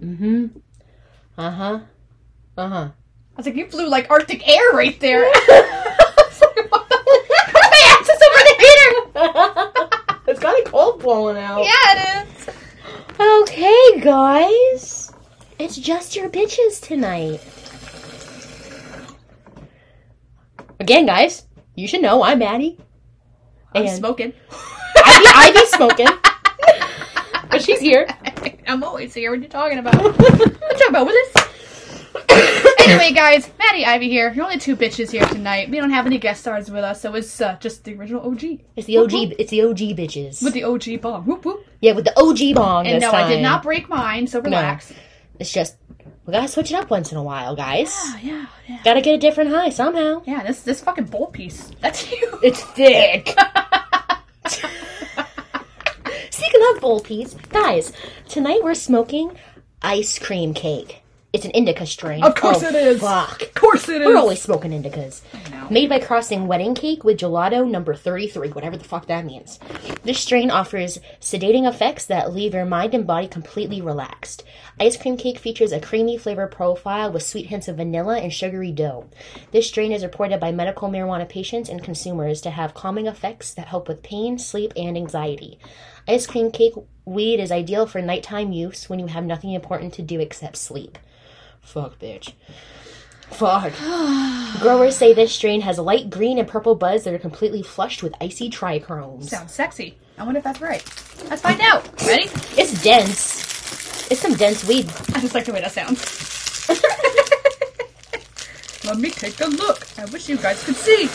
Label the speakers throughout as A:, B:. A: Mm-hmm. Uh-huh. Uh-huh.
B: I was like, you flew like Arctic air right there. I was like, what the My ass is over the heater.
A: it's kind of cold blowing out.
B: Yeah, it is.
A: Okay, guys. It's just your bitches tonight. Again, guys, you should know I'm Maddie.
B: I'm
A: And-
B: smoking.
A: I be, I be smoking. But she's here.
B: I'm always here. What are you talking about? what you talking about with this? anyway, guys, Maddie Ivy here. You're only two bitches here tonight. We don't have any guest stars with us, so it's uh, just the original OG
A: It's the OG. It's the OG bitches.
B: with the OG bomb. Whoop whoop.
A: yeah, with the OG bong.
B: And
A: this
B: no, I did
A: time.
B: not break mine, so relax.
A: It's just we gotta switch it up once in a while, guys.
B: Oh, yeah, yeah.
A: Gotta get a different high somehow.
B: Yeah, this this fucking bowl piece. That's you.
A: It's thick. Speaking of bowl peas, guys, tonight we're smoking ice cream cake. It's an indica strain. Oh,
B: Of course it is.
A: Fuck.
B: course it is.
A: We're always smoking indicas.
B: know.
A: Made by crossing wedding cake with gelato number 33, whatever the fuck that means. This strain offers sedating effects that leave your mind and body completely relaxed. Ice cream cake features a creamy flavor profile with sweet hints of vanilla and sugary dough. This strain is reported by medical marijuana patients and consumers to have calming effects that help with pain, sleep, and anxiety. Ice cream cake weed is ideal for nighttime use when you have nothing important to do except sleep. Fuck, bitch. Fuck. Growers say this strain has light green and purple buds that are completely flushed with icy trichromes.
B: Sounds sexy. I wonder if that's right. Let's find out. Ready?
A: It's dense. It's some dense weed.
B: I just like the way that sounds. Let me take a look. I wish you guys could see.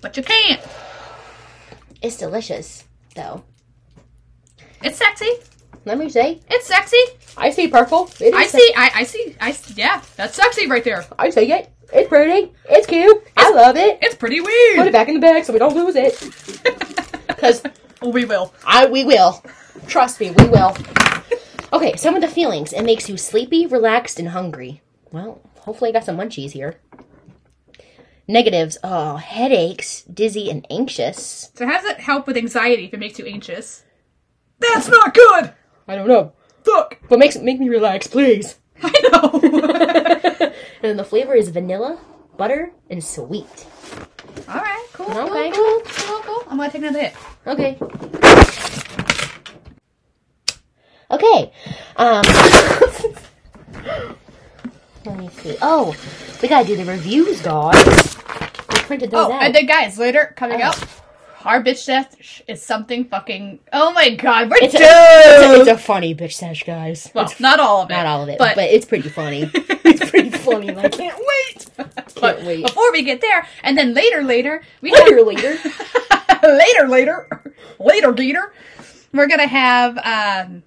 B: But you can't.
A: It's delicious, though.
B: It's sexy.
A: Let me say,
B: It's sexy.
A: I see purple. It is
B: I
A: se-
B: see. I, I see. I s- yeah. That's sexy right there.
A: I see it. It's pretty. It's cute. I love it.
B: It's pretty
A: Put it
B: weird.
A: back in the bag so we don't lose it. Because
B: Oh, we will.
A: I we will. Trust me, we will. Okay, some of the feelings. It makes you sleepy, relaxed, and hungry. Well, hopefully I got some munchies here. Negatives. Oh, headaches, dizzy, and anxious.
B: So how does it help with anxiety if it makes you anxious? That's not good.
A: I don't know.
B: Fuck.
A: But makes make me relax, please.
B: I know.
A: And the flavor is vanilla, butter, and sweet.
B: All right. Cool.
A: Okay.
B: Cool. Cool. Cool. cool. I'm gonna take another hit.
A: Okay. Okay. Um, let me see. Oh, we gotta do the reviews, dog. We printed those
B: Oh,
A: out.
B: and then guys, later coming
A: Oh.
B: up, our bitch death sh- is something fucking. Oh my god, we're
A: It's a-
B: doomed.
A: it's, a, it's a funny bitch sesh, guys.
B: well,
A: it's f-
B: not all of it.
A: not all of it, but,
B: but
A: it's pretty funny. it's pretty funny. and I can't wait.
B: but
A: Can't wait.
B: before we get there, and then later, later, we
A: Later,
B: have,
A: later.
B: later, later, later, Gator. We're gonna have um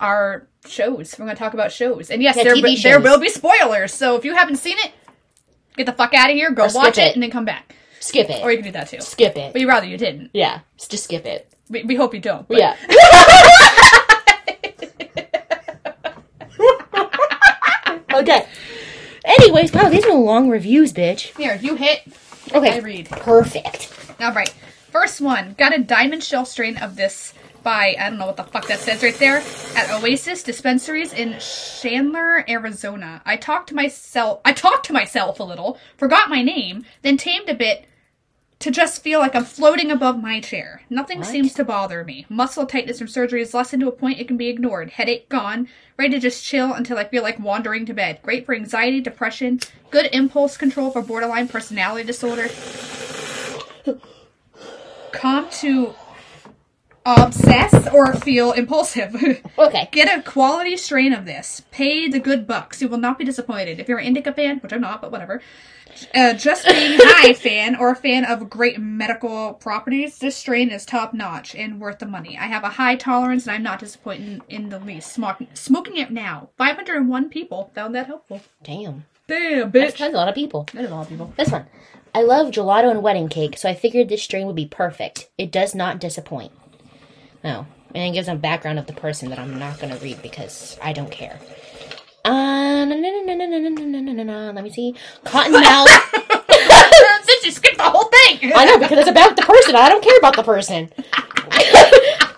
B: our shows. We're gonna talk about shows, and yes,
A: Yeah,
B: there
A: TV
B: there
A: shows.
B: will be spoilers. So if you haven't seen it, get the fuck out of here. Go
A: Or skip
B: watch it.
A: it.
B: and then come back,
A: Skip
B: or
A: it.
B: you can do that too.
A: Skip
B: But
A: it.
B: you rather you didn't.
A: Yeah, just skip it.
B: We, we hope you don't. but-
A: Yeah. okay. Anyways, wow, these are long reviews, bitch.
B: Here, you hit.
A: Okay.
B: I read.
A: Perfect.
B: All right. First one. Got a diamond shell strain of this by, I don't know what the fuck that says right there, at Oasis Dispensaries in Chandler, Arizona. I talked to myself, I talked to myself a little, forgot my name, then tamed a bit to just feel like I'm floating above my chair. Nothing seems to bother me. Muscle tightness from surgery is lessened to a point it can be ignored. Headache gone. Ready to just chill until I feel like wandering to bed. Great for anxiety, depression, good impulse control for borderline personality disorder. Calm to obsess or feel impulsive.
A: Okay.
B: Get a quality strain of this. Pay the good bucks. You will not be disappointed. If you're an Indica fan, which I'm not, but whatever, uh, just being high fan or a fan of great medical properties, this strain is top notch and worth the money. I have a high tolerance and I'm not disappointed in the least. Smoking, smoking it now. 501 people found that helpful.
A: Damn.
B: Damn, bitch.
A: That's a lot of people.
B: That is a lot of people.
A: This one. I love gelato and wedding cake, so I figured this strain would be perfect. It does not disappoint. Oh, and it gives a background of the person that I'm not going to read because I don't care. Uh, na- na- na- na- na- na- na- na- na- na- na- let me see. Cottonmouth.
B: Since you skipped the whole thing.
A: I know because it's about the person. I don't care about the person.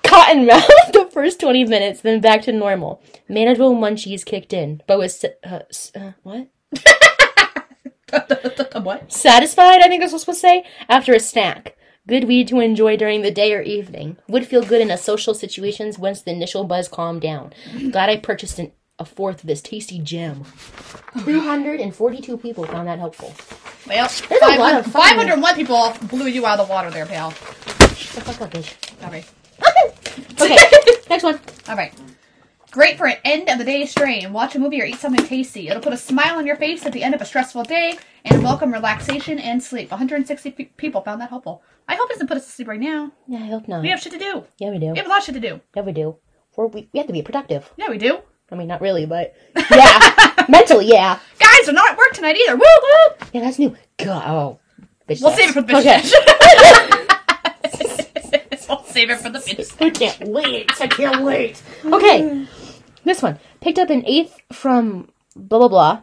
A: Cottonmouth, the first 20 minutes, then back to normal. Manageable munchies kicked in, but was. sa- Uh, s- uh, what?
B: what?
A: Satisfied, I think that's what I'm supposed to say, after a snack. Good weed to enjoy during the day or evening. Would feel good in a social situations once the initial buzz calmed down. Glad I purchased an, a fourth of this tasty gem. 242 people found that helpful.
B: Well,
A: a lot of fucking-
B: 500 501 people blew you out of the water there, pal.
A: Shut the fuck up, bitch.
B: Sorry.
A: Okay, next one.
B: All right. Great for an end of the day strain. Watch a movie or eat something tasty. It'll put a smile on your face at the end of a stressful day and welcome relaxation and sleep. 160 pe- people found that helpful. I hope it doesn't put us to sleep right now.
A: Yeah, I hope not.
B: We have shit to do.
A: Yeah, we do.
B: We have a lot of shit to do.
A: Yeah, we do. We're, we, we have to be productive.
B: Yeah, we do.
A: I mean, not really, but yeah, mentally, yeah.
B: Guys, we're not at work tonight either. Woo woo!
A: Yeah, that's new. God, oh, bitch.
B: We'll
A: sex.
B: save it for the
A: Okay.
B: bitch. we'll save it for the bitch.
A: I can't wait. I can't wait. Okay, this one picked up an eighth from blah blah blah.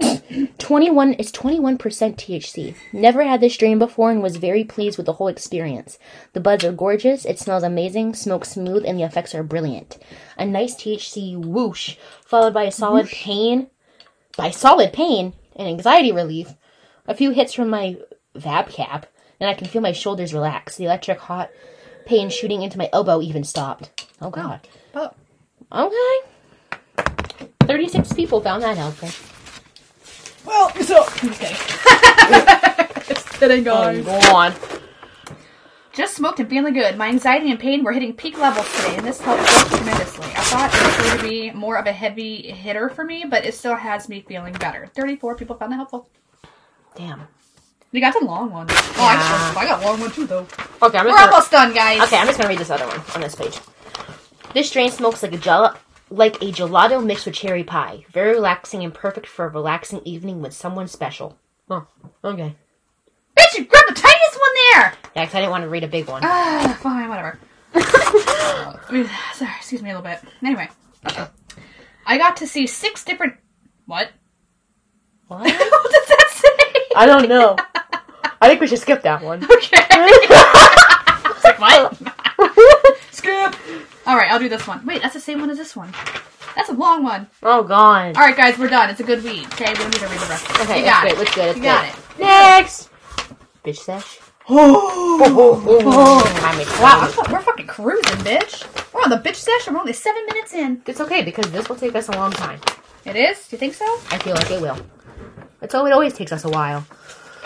A: Twenty-one. It's twenty-one percent THC. Never had this strain before and was very pleased with the whole experience. The buds are gorgeous. It smells amazing. Smokes smooth, and the effects are brilliant. A nice THC whoosh, followed by a solid pain, by solid pain and anxiety relief. A few hits from my vab cap, and I can feel my shoulders relax. The electric hot pain shooting into my elbow even stopped. Oh god.
B: Oh,
A: Okay. 36 people found that helpful.
B: well, so. I'm just kidding. just kidding, guys.
A: Um, go on.
B: Just smoked and feeling good. My anxiety and pain were hitting peak levels today, and this helped both tremendously. I thought it was going to be more of a heavy hitter for me, but it still has me feeling better. 34 people found that helpful.
A: Damn.
B: We got some long ones. Oh,
A: Yeah.
B: I, I got a long one too, though.
A: Okay, I'm
B: We're
A: just gonna,
B: almost done, guys.
A: okay, I'm just gonna read this other one on this page. This strain smokes like a gel like a gelato mixed with cherry pie. Very relaxing and perfect for a relaxing evening with someone special. Oh, okay.
B: Bitch, you grabbed the tiniest one there!
A: Yeah, 'cause I didn't want to read a big one.
B: Ah, fine, whatever. Uh, Sorry, excuse me a little bit. Anyway, I got to see six different. What?
A: What?
B: what does that say?
A: I don't know. I think we should skip that one.
B: Skip. All right, I'll do this one. Wait, that's the same one as this one. That's a long one.
A: oh god.
B: All right, guys, we're done. It's a good weed. Okay, we don't need to read the rest. Of it.
A: Okay,
B: you
A: it's
B: got
A: good.
B: it.
A: It's good. It's
B: You
A: good.
B: got it.
A: Next. Bitch sesh.
B: Oh. Wow, I'm
A: wow.
B: fu- we're fucking cruising, bitch. We're on the bitch session. We're only seven minutes in.
A: It's okay because this will take us a long time.
B: It is. Do you think so?
A: I feel like it will. It's oh, it always takes us a while.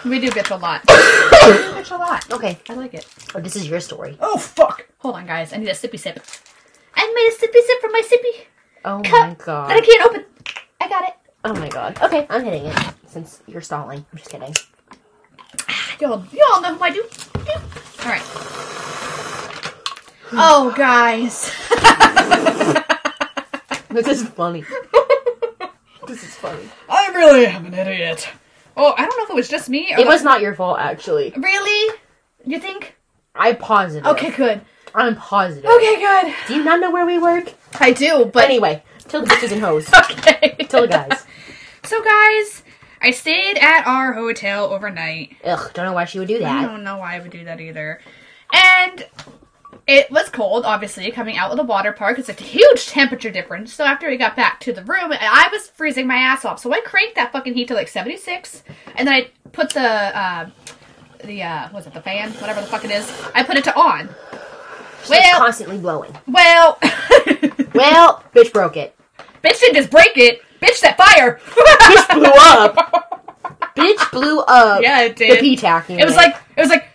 B: We do bitch a lot. we do bitch a lot.
A: Okay,
B: I like it.
A: oh, this is your story.
B: Oh fuck! Hold on, guys. I need a sippy sip. I made a sippy sip for my sippy
A: Oh my
B: cup that I
A: god.
B: can't open. I got it.
A: Oh my god. Okay, I'm hitting it since you're stalling. I'm just kidding.
B: Y'all, y'all know who I do. do. All right. Oh, guys.
A: This is funny. this is funny.
B: I really am an idiot. Oh, I don't know if it was just me. Or
A: It was not your fault, actually.
B: really. You think?
A: I positive.
B: Okay, good.
A: I'm positive.
B: Okay, good.
A: Do you not know where we work?
B: I do,
A: But
B: but
A: anyway, till the bitches and hoes.
B: okay.
A: Till the guys.
B: So, guys, I stayed at our hotel overnight.
A: Ugh, don't know why she would do
B: I
A: that.
B: don't know why I would do that either. And it was cold, obviously, coming out of the water park. It's a huge temperature difference. So after we got back to the room, I was freezing my ass off. So I cranked that fucking heat to like 76, and then I put the uh, the uh, was it the fan, whatever the fuck it is, I put it to on.
A: She's
B: Well,
A: constantly blowing.
B: well, bitch
A: Well, bitch broke it.
B: didn't just break it. Bitch, that fire.
A: Bitch blew up. bitch blew up.
B: yeah, it
A: The
B: did.
A: P tack.
B: It was like it was like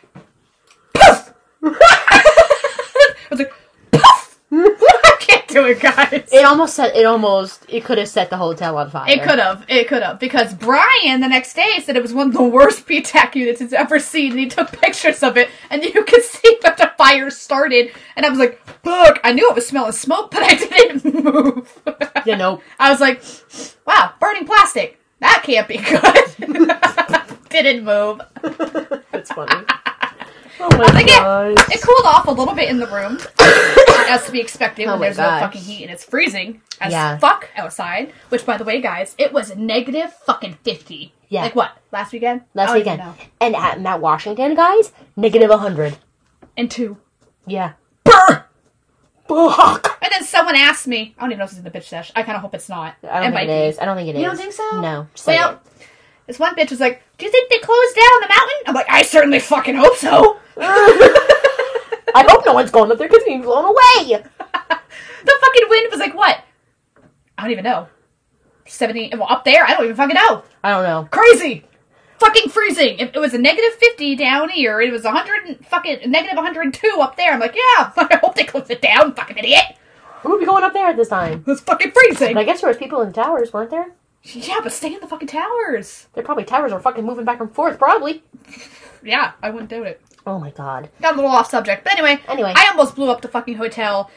B: poof. it was like poof. I can't do it, guys.
A: It almost set. It almost. It could have set the hotel on fire.
B: It could have. It could have. Because Brian the next day said it was one of the worst PTAC units he's ever seen, and he took pictures of it, and you could see that the fire started. And I was like, "Fuck!" I knew it was smelling smoke, but I didn't move.
A: You know.
B: I was like, "Wow, burning plastic. That can't be good." didn't move.
A: That's funny. Oh my
B: Like
A: god.
B: it, it cooled off a little bit in the room, as to be expected
A: Oh
B: when
A: my
B: there's
A: gosh.
B: no fucking heat and it's freezing as
A: Yeah.
B: fuck outside. Which, by the way, guys, it was negative fucking fifty.
A: Yeah.
B: Like what? Last weekend?
A: Last
B: I don't even
A: weekend.
B: know.
A: And at Mount Washington, guys, negative 100.
B: And two.
A: Yeah. Fuck.
B: And then someone asked me, I don't even know if it's in the bitch sesh. I kind of hope it's not.
A: I don't
B: it might
A: think it is. I don't think it is.
B: You don't think so?
A: No. Just
B: Well,
A: like
B: this one bitch was like, "Do you think they closed down the mountain?" I'm like, "I certainly fucking hope so."
A: it. I hope no one's going up there because being blown away.
B: The fucking wind was like what? I don't even know. Seventy? Well, up there, I don't even fucking know.
A: I don't know.
B: Crazy, fucking freezing. It, it was a negative fifty down here. It was a hundred and fucking negative one hundred and two up there. I'm like, yeah, I hope they close it down, fucking idiot.
A: Who would be going up there at this time?
B: It was fucking freezing.
A: But I guess there was people in the towers, weren't there?
B: yeah, but stay in the fucking towers.
A: They're probably towers are fucking moving back and forth, probably.
B: Yeah, I wouldn't doubt it.
A: Oh my god.
B: Got a little off subject, but anyway.
A: Anyway.
B: I almost blew up the fucking hotel.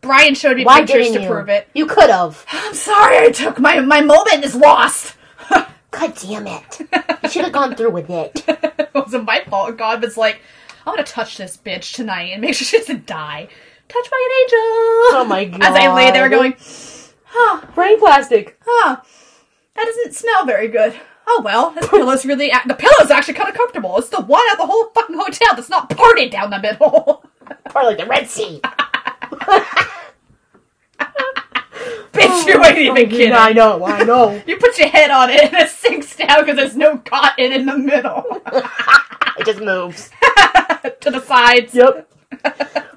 B: Brian showed me
A: Why
B: pictures
A: didn't
B: to
A: you?
B: prove it.
A: You could have.
B: I'm sorry I took my my moment is lost.
A: God damn it. You should have gone through with it.
B: it wasn't my fault. God was like, I'm gonna touch this bitch tonight and make sure she doesn't die. Touch by an angel. Oh
A: my
B: As I lay there
A: God.
B: going, huh,
A: Brain plastic.
B: huh, that doesn't smell very good. Oh well, this pillow's really a- the pillow's actually kind of comfortable. It's the one at the whole fucking hotel that's not parted down the middle.
A: Or like the Red Sea.
B: bitch, you ain't even kidding.
A: Oh, I know, I know.
B: You put your head on it and it sinks down because there's no cotton in the middle.
A: it just moves.
B: to the sides.
A: Yep.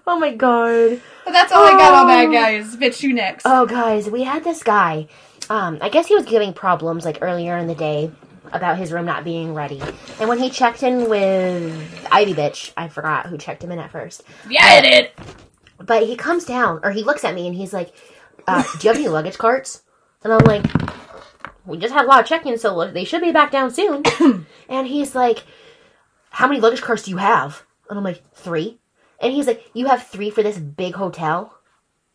A: Oh my god.
B: But that's all I got on that,
A: Oh.
B: guys. Bitch, you next.
A: Oh, guys, we had this guy. Um, I guess he was giving problems like earlier in the day about his room not being ready. And when he checked in with Ivy Bitch, I forgot who checked him in at first.
B: yeah, I did.
A: But he comes down, or he looks at me, and he's like, uh, "Do you have any luggage carts?" And I'm like, "We just had a lot of check-ins, so they should be back down soon." and he's like, "How many luggage carts do you have?" And I'm like, three. And he's like, "You have three for this big hotel."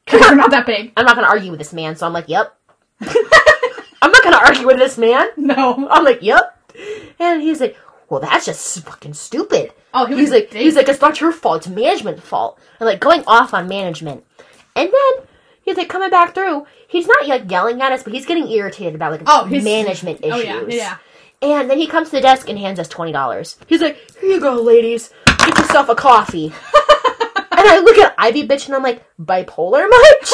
B: They're not that big.
A: I'm not gonna argue with this man, so I'm like, "Yep." I'm not gonna argue with this man.
B: No.
A: I'm like, "Yep." And he's like, "Well, that's just fucking stupid."
B: Oh, he was
A: he's like,
B: a
A: he's
B: dick.
A: like, it's not your fault. It's management fault. And like going off on management. And then he's like coming back through. He's not like yelling at us, but he's getting irritated about like
B: Oh, his-
A: management issues.
B: Oh, yeah, yeah.
A: And then he comes to the desk and hands us twenty dollars. He's like, "Here you go, ladies. Get yourself a coffee." and I look at Ivy bitch and I'm like, "Bipolar much?"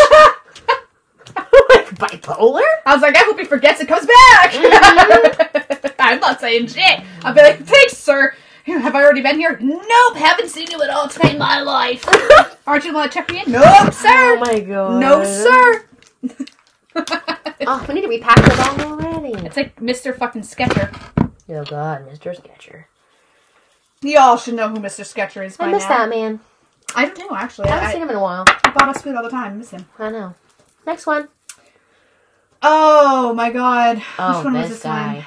A: like bipolar?
B: I was like, I hope he forgets it comes back. Mm-hmm. I'm not saying shit. I'll be like, thanks, sir. Have I already been here? Nope, haven't seen you at all today in my life. Aren't you want to check me in? Nope,
A: Oh
B: sir.
A: my god.
B: no, sir.
A: Oh, we need to repack the bag already.
B: It's like Mr. fucking Sketcher.
A: Oh god, Mr. Sketcher.
B: Y'all should know who Mr. Sketcher is by
A: I miss
B: now.
A: that man.
B: I don't know, actually.
A: I haven't
B: I,
A: seen him in a while.
B: I bought a spoon all the time. I miss him.
A: I know. Next one.
B: Oh, my God. Which one was Oh, this one?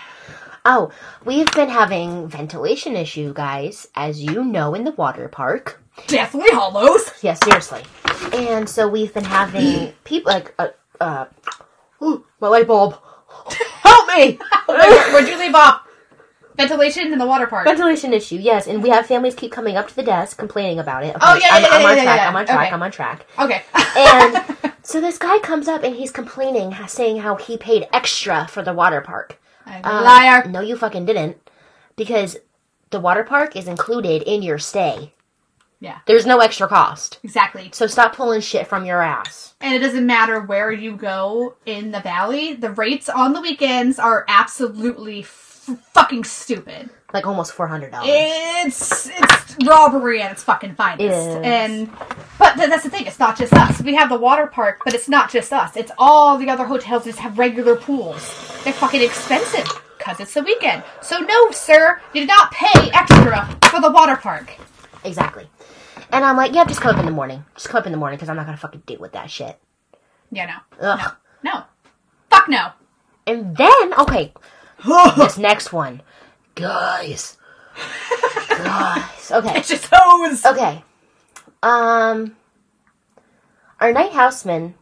A: Oh, we've been having ventilation issue, guys, as you know, in the water park.
B: Deathly Hollows.
A: Yeah, seriously. And so we've been having people like, uh, uh, ooh, my light bulb. Help me!
B: Where'd you leave off? Ventilation in the water park.
A: ventilation issue, yes. And we have families keep coming up to the desk complaining about it.
B: Oh, yeah, yeah,
A: I'm,
B: yeah,
A: I'm on
B: yeah, yeah,
A: track.
B: yeah.
A: I'm on track.
B: Okay.
A: I'm on track.
B: Okay.
A: And so this guy comes up and he's complaining, saying how he paid extra for the water park.
B: I'm
A: Um,
B: a liar.
A: No, you fucking didn't. Because the water park is included in your stay.
B: Yeah.
A: There's no extra cost.
B: Exactly.
A: So stop pulling shit from your ass.
B: And it doesn't matter where you go in the valley, the rates on the weekends are absolutely f- fucking stupid.
A: Like almost four hundred dollars.
B: It's it's robbery and it's fucking finest.
A: It is.
B: And but th- that's the thing, it's not just us. We have the water park, but it's not just us. It's all the other hotels that just have regular pools. They're fucking expensive because it's the weekend. So no, sir, you did not pay extra for the water park.
A: exactly. And I'm like, yeah, just come up in the morning. Just come up in the morning because I'm not gonna fucking deal with that shit.
B: Yeah, no.
A: Ugh.
B: No. Fuck no.
A: And then okay, this next one, guys, guys. Okay,
B: it's just hose.
A: okay. Um, our night houseman.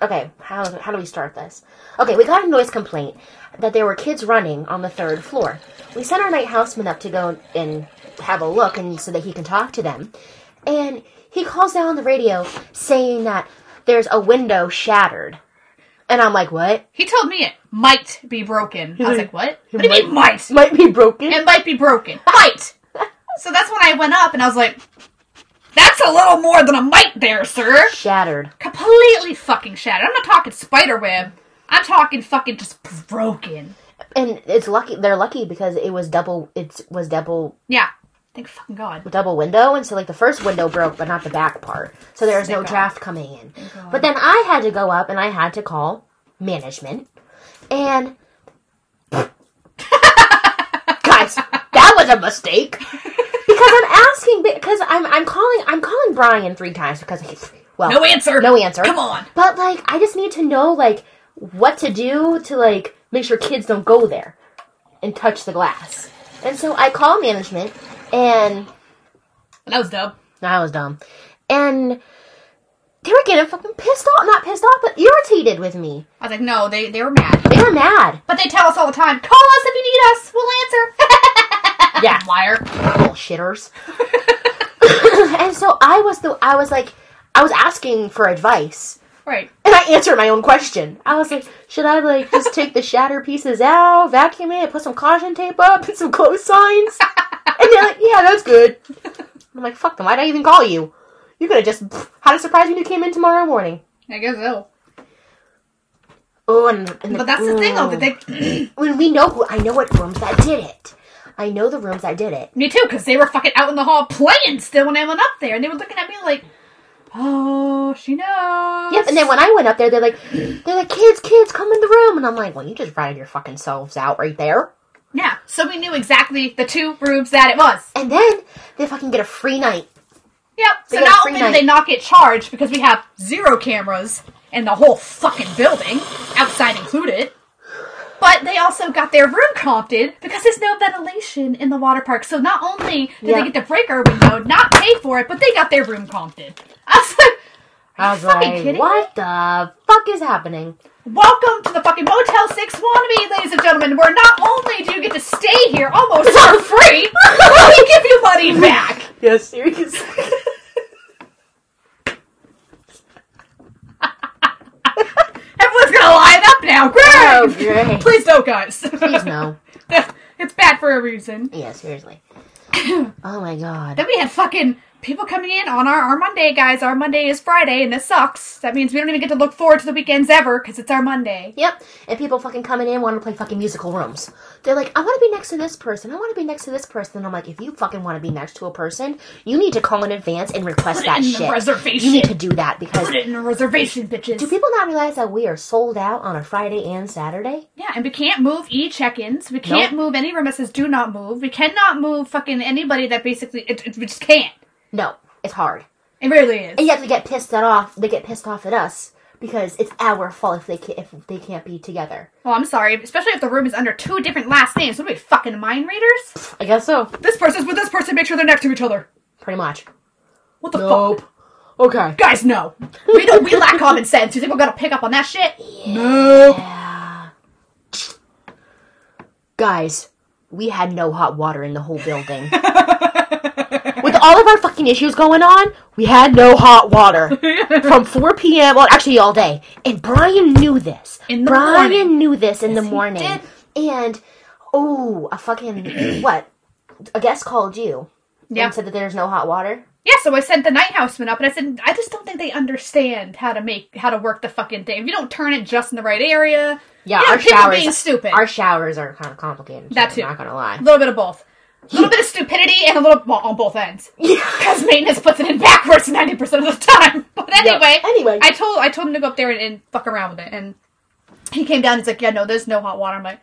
A: Okay, how how do we start this? Okay, we got a noise complaint that there were kids running on the third floor. We sent our night houseman up to go and have a look, and so that he can talk to them. And he calls down on the radio saying that there's a window shattered. And I'm like, what?
B: He told me it might be broken. I was like, what? What do you
A: might-
B: mean might?
A: Might be broken.
B: It might be broken. Might. so that's when I went up and I was like, That's a little more than a mite there, sir.
A: Shattered.
B: Completely fucking shattered. I'm not talking spider web. I'm talking fucking just broken.
A: And it's lucky they're lucky because it was double it was double
B: Yeah. Thank fucking God.
A: double window and so like the first window broke but not the back part. So there was no
B: God.
A: draft coming in.
B: Oh,
A: But then I had to go up and I had to call management. And guys, that was a mistake. Because I'm asking because I'm I'm calling I'm calling Brian three times because he's well
B: No answer.
A: No answer.
B: Come on.
A: But like, I just need to know like what to do to like make sure kids don't go there and touch the glass. And so I call management, and
B: That was dumb.
A: I was dumb, and they were getting fucking pissed off. Not pissed off, but irritated with me.
B: I was like, no, they, they were mad.
A: They were mad.
B: But they tell us all the time, call us if you need us. We'll answer.
A: Yeah.
B: Liar.
A: Little shitters. and so I was the I was like I was asking for advice.
B: Right.
A: And I answered my own question. I was like, should I like just take the shatter pieces out, vacuum it, put some caution tape up, and some close signs? And they're like, yeah, that's good. I'm like, fuck them. Why'd I even call you? You could have just pff, had a surprise when you came in tomorrow morning.
B: I guess so.
A: Oh, and, and
B: But that's the thing, though, that they.
A: when we know who I know what rooms that did it. I know the rooms that did it.
B: Me too, because they were fucking out in the hall playing still when I went up there, and they were looking at me like, oh, she knows.
A: Yep. And then when I went up there, they're like, they're like, kids, kids, come in the room, and I'm like, well, you just ratted your fucking selves out right there.
B: Yeah, so we knew exactly the two rooms that it was.
A: And then they fucking get a free night.
B: Yep.
A: They
B: So
A: got a
B: not
A: free
B: only do
A: night.
B: they not get charged because we have zero cameras in the whole fucking building, outside included, but they also got their room compted because there's no ventilation in the water park. So not only did
A: Yeah.
B: they get to break our window, not pay for it, but they got their room compted. I was like,
A: I was
B: fucking
A: like,
B: kidding
A: what the fuck is happening?
B: Welcome to the fucking Motel 6 Wannabe, ladies and gentlemen, where not only do you get to stay here almost for free, but we give you money back.
A: Yes, seriously.
B: Everyone's gonna line up now. Great!
A: oh, great.
B: Please don't, guys.
A: Please no.
B: it's bad for a reason.
A: Yeah, seriously. oh my god.
B: Then we had fucking people coming in on our, our Monday, guys. Our Monday is Friday, and this sucks. That means we don't even get to look forward to the weekends ever because it's our Monday.
A: Yep, and people fucking coming in want to play fucking musical rooms. They're like, I want to be next to this person. I want to be next to this person. And I'm like, if you fucking want to be next to a person, you need to call in advance and request
B: Put
A: that
B: it in
A: shit.
B: the
A: you need to
B: reservation.
A: do that because
B: Put it in the reservation, bitches.
A: do people not realize that we are sold out on a Friday and Saturday?
B: Yeah, and we can't move e check-ins. We can't move any room that says "do not move." We cannot move fucking anybody that basically it, it, we just can't.
A: No, it's hard.
B: It really is.
A: And yet they get pissed at off. They get pissed off at us because it's our fault if they can, if they can't be together.
B: Well, Oh, I'm sorry, especially if the room is under two different last names. What are we fucking mind readers?
A: I guess so.
B: This person's with this person. Make sure they're next to each other.
A: Pretty much.
B: What the fuck?
A: Okay.
B: Guys, no. We don't. We lack common sense. You think we're gonna pick up on that shit? No.
A: Guys, we had no hot water in the whole building. With all of our fucking issues going on, we had no hot water from 4 p.m. Well, actually, all day. And Brian knew this.
B: In the
A: Brian
B: morning.
A: knew this in the
B: he
A: morning.
B: did.
A: And oh, a fucking what? A guest called you
B: Yeah.
A: and said that there's no hot water.
B: Yeah. So I sent the night houseman up, and I said, I just don't think they understand how to make how to work the fucking thing. If you don't turn it just in the right area,
A: Yeah,
B: you know,
A: our
B: people
A: showers.
B: being stupid.
A: Our showers are kind of complicated.
B: That too.
A: I'm not gonna lie.
B: A little bit of both. A little bit of stupidity and a little well, on both ends. Because maintenance puts it in backwards ninety percent of the time. But anyway,
A: anyway.
B: I told I told him to go up there and, and fuck around with it, and he came down. He's like, "Yeah, no, there's no hot water." I'm like,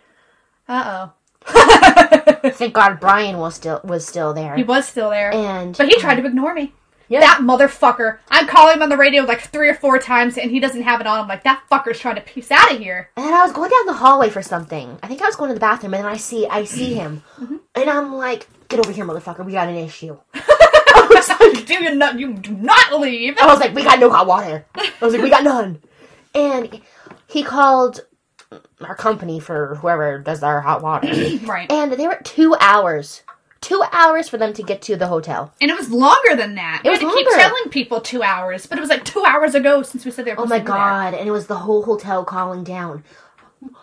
B: "Uh oh."
A: Thank God Brian was still was still there.
B: he was still there,
A: And
B: but he tried to ignore me.
A: Yeah.
B: That motherfucker! I'm calling him on the radio like three or four times, and he doesn't have it on. I'm like, "That fucker's trying to peace out of here."
A: And then I was going down the hallway for something. I think I was going to the bathroom, and then I see I see him, and I'm like, "Get over here, motherfucker! We got an issue." I was like,
B: Do you not? You do not leave.
A: I was like, "We got no hot water." I was like, "We got none," and he called our company for whoever does our hot water,
B: Right.
A: and they were two hours, two hours for them to get to the hotel.
B: And it was longer than that.
A: It
B: we
A: was
B: had to keep
A: longer.
B: telling people two hours, but it was like two hours ago since we said they were
A: Oh
B: supposed
A: my
B: to be there.
A: god! And it was the whole hotel calling down.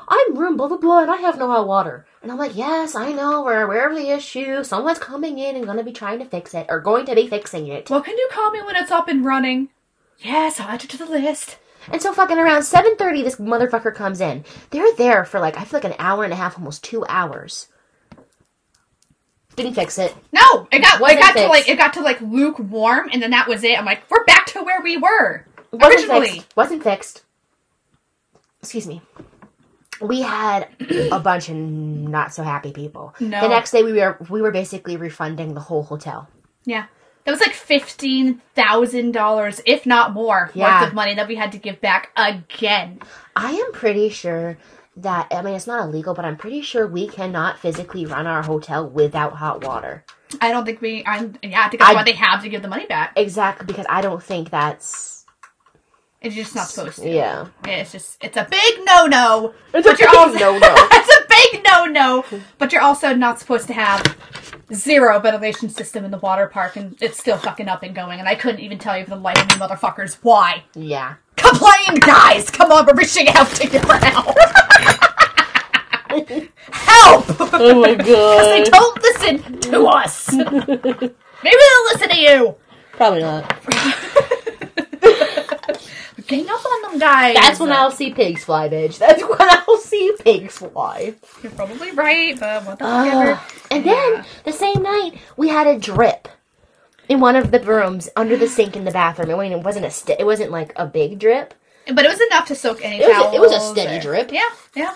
A: I'm room blah blah blah, and I have no hot water. And I'm like, yes, I know. We're aware of the issue. Someone's coming in and going to be trying to fix it or going to be fixing it.
B: Well, can you call me when it's up and running? Yes, I'll add you to the list.
A: And so fucking around 7.30, this motherfucker comes in. They're there for like, I feel like an hour and a half, almost two hours. Didn't fix it.
B: No, it got it
A: Wasn't
B: got to
A: fixed.
B: like it got to like lukewarm, and then that was it. I'm like, we're back to where we were
A: Wasn't
B: originally.
A: fixed. Wasn't fixed. Excuse me. We had a bunch of not so happy people.
B: No.
A: The next day we were we were basically refunding the whole hotel.
B: Yeah, that was like fifteen thousand dollars, if not more,
A: Yeah.
B: worth of money that we had to give back again.
A: I am pretty sure that I mean it's not illegal, but I'm pretty sure we cannot physically run our hotel without hot water.
B: I don't think we. I'm, yeah, I think that's
A: I-
B: why they have to give the money back.
A: Exactly because I don't think that's
B: It's just not supposed to.
A: yeah.
B: It's just it's a big no no.
A: It's a big no-no.
B: it's a big no no. But you're also not supposed to have zero ventilation system in the water park, and it's still fucking up and going. And I couldn't even tell you for the life of me, motherfuckers, why.
A: Yeah.
B: Complain, guys! Come on, we're reaching out to you for help. help!
A: Oh my god.
B: they don't listen to us. Maybe they'll listen to you.
A: Probably not.
B: Gang up on them, guys.
A: That's when I'll see pigs fly, bitch. That's when I'll see pigs fly.
B: You're probably right, but what the fuck ever.
A: Ah, And then the same night, we had a drip in one of the rooms under the sink in the bathroom. I mean, it wasn't a st- it wasn't like a big drip.
B: But it was enough to soak any
A: It was
B: towels.
A: a- it was a steady
B: or-
A: drip.
B: Yeah, yeah.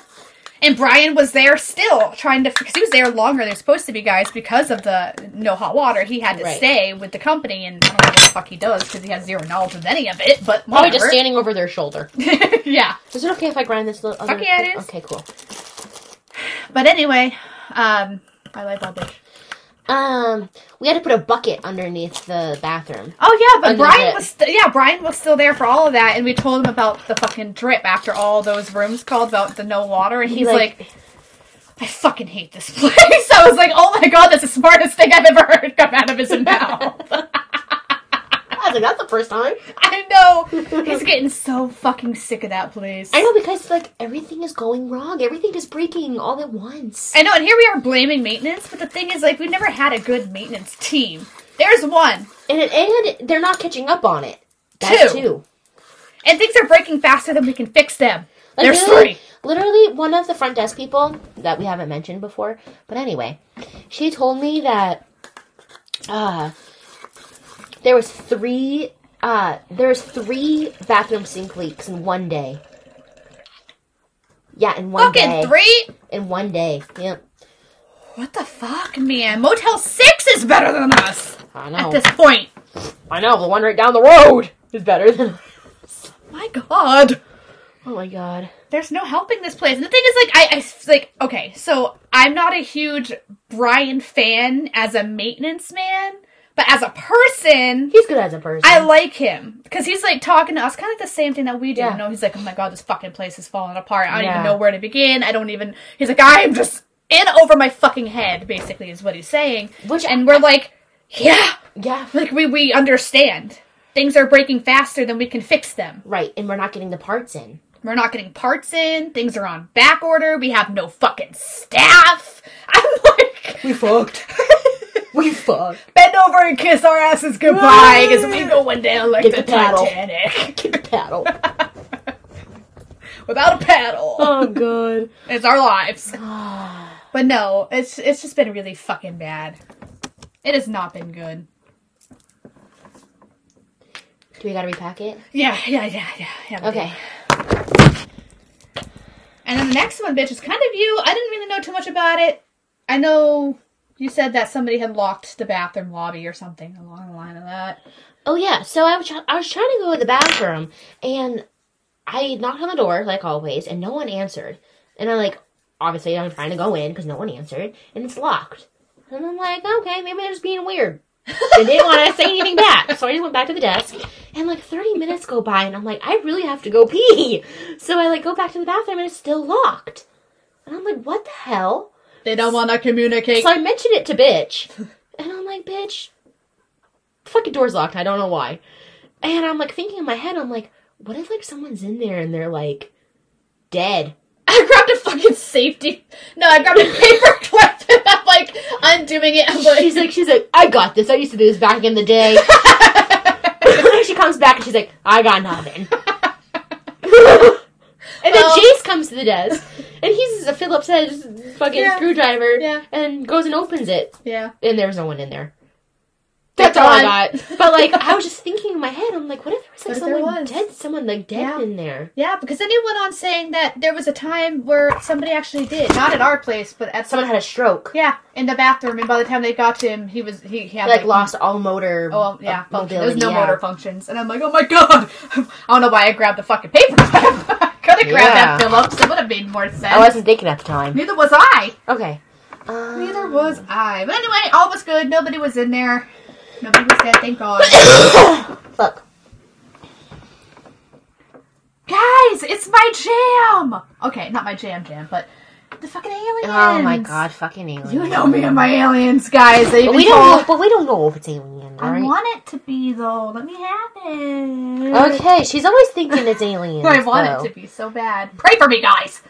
B: And Brian was there still trying to because he was there longer than supposed to be, guys, because of the no hot water. He had to
A: Right.
B: stay with the company, and I don't know what the fuck he does because he has zero knowledge of any of it. But
A: Probably Oh, just
B: whatever.
A: standing over their shoulder.
B: yeah.
A: Is it okay if I grind this little? Other
B: Fuck yeah, it is.
A: Okay, cool.
B: But anyway, um, I like all this.
A: Um, we had to put a bucket underneath the bathroom.
B: Oh yeah, but
A: Under
B: Brian
A: it.
B: was st- yeah Brian was still there for all of that, and we told him about the fucking drip after all those rooms called about the no water, and
A: He,
B: he's
A: like-
B: like, I fucking hate this place. I was like, oh my god, that's the smartest thing I've ever heard come out of his mouth.
A: I was like, that's the first time.
B: I know he's getting so fucking sick of that place.
A: I know because like everything is going wrong. Everything is breaking all at once.
B: I know, and here we are blaming maintenance, but the thing is, like, we never had a good maintenance team. There's one,
A: And and they're not catching up on it. That's
B: Two.
A: two.
B: and things are breaking faster than we can fix them.
A: Like,
B: There's
A: literally,
B: three.
A: Literally, one of the front desk people that we haven't mentioned before, but anyway, she told me that uh, there was three uh, there was three bathroom sink leaks in one day. Yeah, in one day.
B: Fucking three
A: In one day. Yep.
B: What the fuck, man? Motel 6 is better than us
A: I
B: at
A: know.
B: this point.
A: I know. The one right down the road is better than.
B: My god.
A: Oh my god.
B: There's no helping this place. And the thing is, like, I, I, like, okay, so I'm not a huge Brian fan as a maintenance man, but as a person,
A: He's good as a person.
B: I like him. Because he's, like, talking to us kind of like the same thing that we do.
A: Yeah.
B: You know, he's like, oh my god, this fucking place is falling apart. I don't
A: Yeah.
B: even know where to begin. I don't even, he's like, I am just in over my fucking head, basically, is what he's saying.
A: Which-
B: and we're like, yeah.
A: yeah.
B: like we we understand things are breaking faster than we can fix them
A: Right, and we're not getting the parts in.
B: we're not getting parts in things are on back order we have no fucking staff i'm like
A: We fucked. we fucked.
B: bend over and kiss our asses goodbye because we going down like
A: Get
B: the
A: the paddle.
B: titanic
A: Get the paddle.
B: without a paddle
A: oh god.
B: it's our lives but no it's it's just been really fucking bad it has not been good
A: Do we gotta repack it?
B: yeah yeah yeah yeah, yeah we
A: Okay.
B: And then the next one, bitch, is kind of you. I didn't really know too much about it. I know you said that somebody had locked the bathroom lobby or something along the line of that.
A: Oh yeah. So I was try- I was trying to go to the bathroom and I knocked on the door like always and no one answered. And I'm like, obviously I'm trying to go in because no one answered and it's locked. And I'm like, okay, maybe they're just being weird. they didn't want to say anything back, so I just went back to the desk. And like 30 minutes go by, and I'm like, I really have to go pee. So I like go back to the bathroom, and it's still locked. And I'm like, what the hell?
B: They don't want to communicate.
A: So I mentioned it to bitch, and I'm like, bitch, the fucking door's locked. I don't know why. And I'm like thinking in my head, I'm like, what if like someone's in there and they're like dead?
B: I grabbed a fucking safety. No, I grabbed a paper clip and I'm like undoing it. I'm like,
A: she's like, she's like, I got this. I used to do this back in the day. she comes back and she's like, I got nothing. and
B: Well-
A: then Jace comes to the desk and he's a Phillips head fucking
B: Yeah.
A: screwdriver
B: Yeah.
A: and goes and opens it
B: yeah.
A: and there's no one in there.
B: That's
A: That's all I
B: odd.
A: got. But like, I was just thinking in my head, I'm like, what if there was like
B: What if there
A: someone
B: was?
A: dead, someone like dead
B: Yeah.
A: in there?
B: Yeah, because then he went on saying that there was a time where somebody actually did. Not at our place, but at
A: Someone
B: someone.
A: had a stroke.
B: Yeah, in the bathroom, and by the time they got to him, he was he, he had
A: Like lost all motor.
B: Oh well, yeah,
A: uh,
B: function. There's no
A: mobility, yeah.
B: motor functions, and I'm like, oh my god! I don't know why I grabbed the fucking paper. clip. I could have grabbed
A: Yeah.
B: that Phillips. It would have made more sense.
A: I wasn't thinking at the time.
B: Neither was I.
A: Okay. Um,
B: Neither was I. But anyway, all was good. Nobody was in there. Nobody was dead. Thank God.
A: Look.
B: Guys, it's my jam. Okay, not my jam jam, but the fucking aliens.
A: Oh my god, fucking alien.
B: You know me and my aliens, guys. They
A: But
B: even
A: we don't. Know,
B: told-
A: but we don't know if it's alien,
B: I
A: right?
B: want it to be though. Let me have it.
A: okay, she's always thinking it's aliens.
B: I want
A: though.
B: it to be so bad. Pray for me, guys.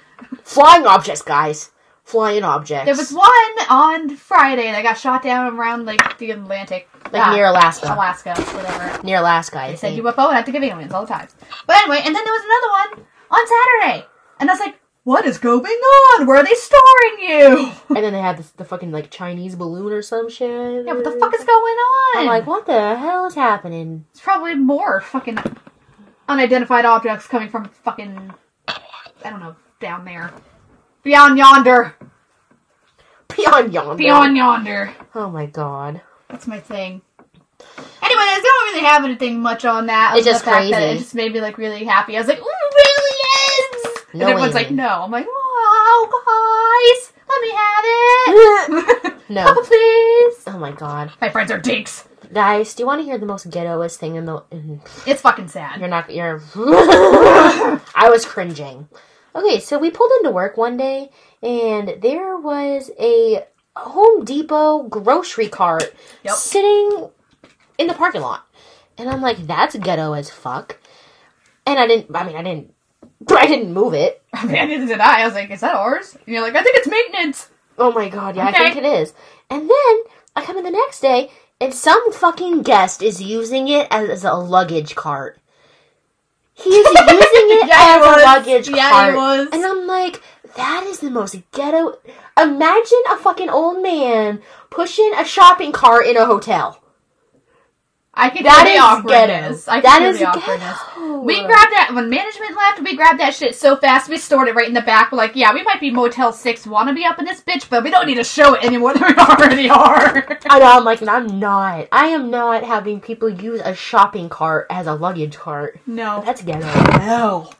A: Flying objects, guys. Flying objects.
B: There was one on Friday that got shot down around like the Atlantic,
A: like
B: Ah,
A: near Alaska.
B: Alaska, whatever.
A: Near Alaska, I
B: They said
A: think.
B: UFO and I had to give aliens all the time. But anyway, and then there was another one on Saturday, and I was like, "What is going on? Where are they storing you?
A: and then they had this, the fucking like Chinese balloon or some shit.
B: yeah, what the fuck is going on?
A: I'm like, what the hell is happening?
B: it's probably more fucking unidentified objects coming from fucking I don't know down there, beyond yonder,
A: Beyond yonder.
B: beyond yonder."
A: Oh my god.
B: That's my thing. Anyways, I don't really have anything much on that.
A: It's
B: other
A: just
B: than the fact That
A: crazy.
B: it just made me like really happy. I was like, ooh, aliens! And
A: No
B: everyone's like,
A: alien.
B: no. I'm like, oh, guys, let me have it.
A: No.
B: Papa, please.
A: Oh my god,
B: My friends are dinks.
A: guys! Do you want to hear the most ghettoest thing in the? In,
B: It's fucking sad.
A: you're not. You're. I was cringing. Okay, so we pulled into work one day, and there was a Home Depot grocery cart
B: Yep.
A: sitting in the parking lot, and I'm like, "That's ghetto as fuck." And I didn't. I mean, I didn't. I didn't move it.
B: I mean, I neither did I. I was like, is that ours? And you're like, I think it's maintenance.
A: Oh my god, yeah,
B: Okay.
A: I think it is. And then I come in the next day, and some fucking guest is using it as, as a luggage cart. He is using it
B: Yeah, he
A: as
B: was.
A: a luggage
B: Yeah, he
A: cart.
B: was.
A: And I'm like, that is the most ghetto. Imagine a fucking old man pushing a shopping cart in a hotel.
B: I can
A: That
B: hear
A: is
B: the awkwardness.
A: ghetto.
B: I can
A: That
B: hear
A: is
B: the awkwardness.
A: ghetto.
B: We grabbed that when management left. We grabbed that shit so fast. We stored it right in the back. We're like, yeah, we might be Motel Six wannabe up in this bitch, but we don't need to show it anymore than we already are.
A: I know, I'm like, and I'm not. I am not having people use a shopping cart as a luggage cart.
B: no,
A: That's ghetto.
B: no.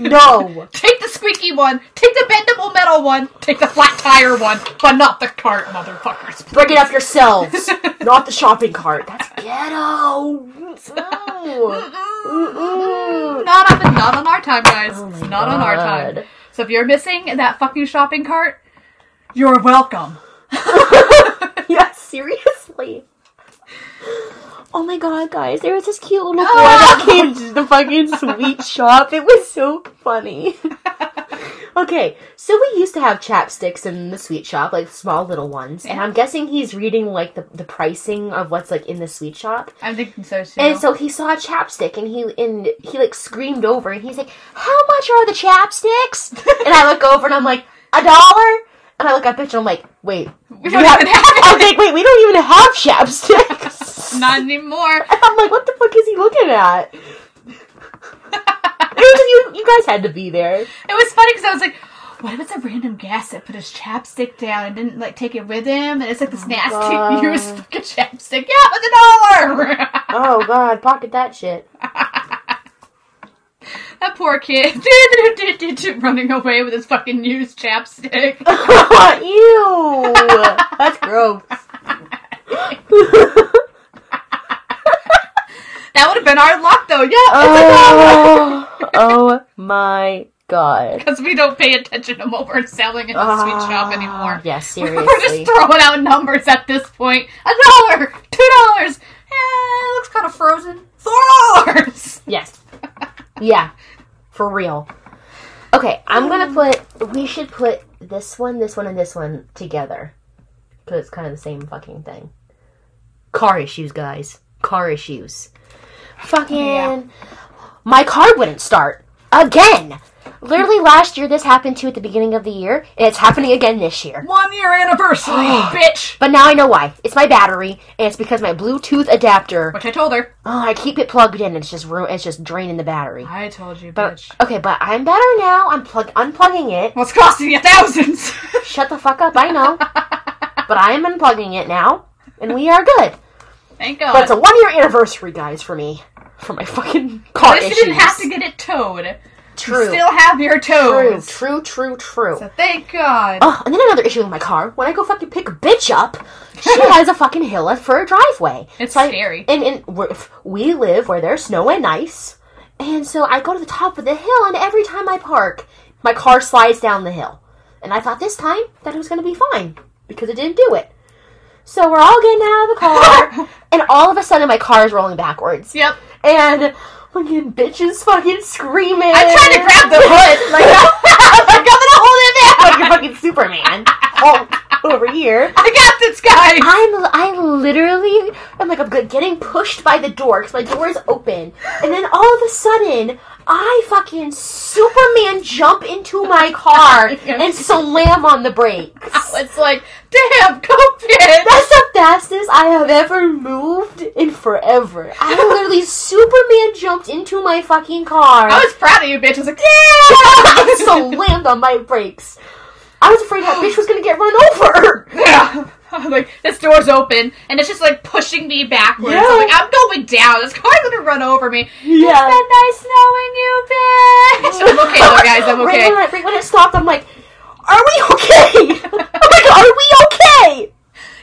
A: No.
B: Take the squeaky one. Take the bendable metal one. Take the flat tire one, but not the cart, motherfuckers.
A: Bring it up yourselves, not the shopping cart. That's ghetto. No. Mm-mm.
B: Mm, Not on, not on our time, guys. not
A: my
B: on our
A: God.
B: time. So if you're missing that fucking shopping cart, you're welcome.
A: Oh Yeah, seriously. Oh my god, guys, there was this cute little boy
B: Ah!
A: that came to the fucking sweet shop. It was so funny. okay, so we used to have chapsticks in the sweet shop, like small little ones, and I'm guessing he's reading like the, the pricing of what's like in the sweet shop.
B: I'm thinking so too.
A: And so he saw a chapstick and he and he like screamed over and he's like, How much are the chapsticks? and I look over and I'm like, A dollar? And I look at bitch and I'm like, Wait,
B: we don't even have it.
A: I'm like, wait, we don't even have chapsticks.
B: Not anymore.
A: I'm like, what the fuck is he looking at? I mean, you, you guys had to be there.
B: It was funny because I was like, what if it's a random guest that put his chapstick down and didn't like take it with him? And it's like this nasty
A: Oh God.
B: used fucking chapstick. Yeah, it was a dollar.
A: Oh god, pocket that shit.
B: that poor kid running away with his fucking used chapstick.
A: Ew, that's gross.
B: That would have been our luck though. Yeah, it's a dollar.
A: oh, oh my god.
B: Because we don't pay attention to what we're selling in the sweet shop anymore.
A: Ah, Yeah,
B: We're just
A: seriously.
B: throwing out numbers at this point. A dollar, two dollars. Yeah, it looks kind of frozen. Four dollars.
A: Yes. Yeah. For real. Okay, I'm gonna
B: Um,
A: put. We should put this one, this one, and this one together. Because it's kind of the same fucking thing. Car issues, guys. Car issues. Fucking.
B: Yeah.
A: My car wouldn't start. Again! Literally last year, this happened too at the beginning of the year, and it's happening again this year.
B: One year anniversary, bitch.
A: But now I know why. It's my battery, and it's because my Bluetooth adapter.
B: Which I told her.
A: Oh, I keep it plugged in. It's just ru- it's just draining the battery.
B: I told you,
A: But
B: bitch.
A: okay, but I'm better now. I'm plug- unplugging it.
B: Well, it's costing you thousands.
A: Shut the fuck up. I know. but I am unplugging it now, and we are good.
B: Thank God.
A: But it's a one year anniversary, guys, for me for my fucking car
B: At least
A: issues.
B: you didn't have to get it towed.
A: true.
B: You still have your
A: True,
B: toes.
A: true, true, true.
B: So thank God.
A: Oh, and then another issue with my car. When I go fucking pick bitch up, she has a fucking hill up for a driveway.
B: It's
A: I-
B: scary.
A: And, and we're- if we live where there's snow and ice, and so I go to the top of the hill, and every time I park, my car slides down the hill. And I thought this time that it was going to be fine because it didn't do it. So we're all getting out of the car, and all of a sudden my car is rolling backwards.
B: Yep.
A: And fucking bitches fucking screaming.
B: I tried to grab the hood.
A: Like, I'm gonna hold it back like you're fucking Superman. Hulk over here.
B: I got this guy.
A: I'm, I literally, I'm like, I'm good- getting pushed by the door because my door is open. And then all of a sudden, I fucking Superman jump into my car and slam on the brakes.
B: It's like, damn, go bitch.
A: That's the fastest I have ever moved in forever. I literally Superman jumped into my fucking car.
B: I was proud of you, bitch. I was like,
A: I
B: yeah.
A: slammed on my brakes. I was afraid that bitch was gonna get run over.
B: Yeah. I was like, this door's open, and it's just like pushing me backwards.
A: Yeah. Uh,
B: I'm like, I'm going down. This car's gonna run over me.
A: Yeah.
B: It's been nice knowing you, bitch. I'm okay, though, guys. I'm
A: Right
B: okay.
A: when, I, right when it stopped, I'm like, are we okay? I'm like, are we okay?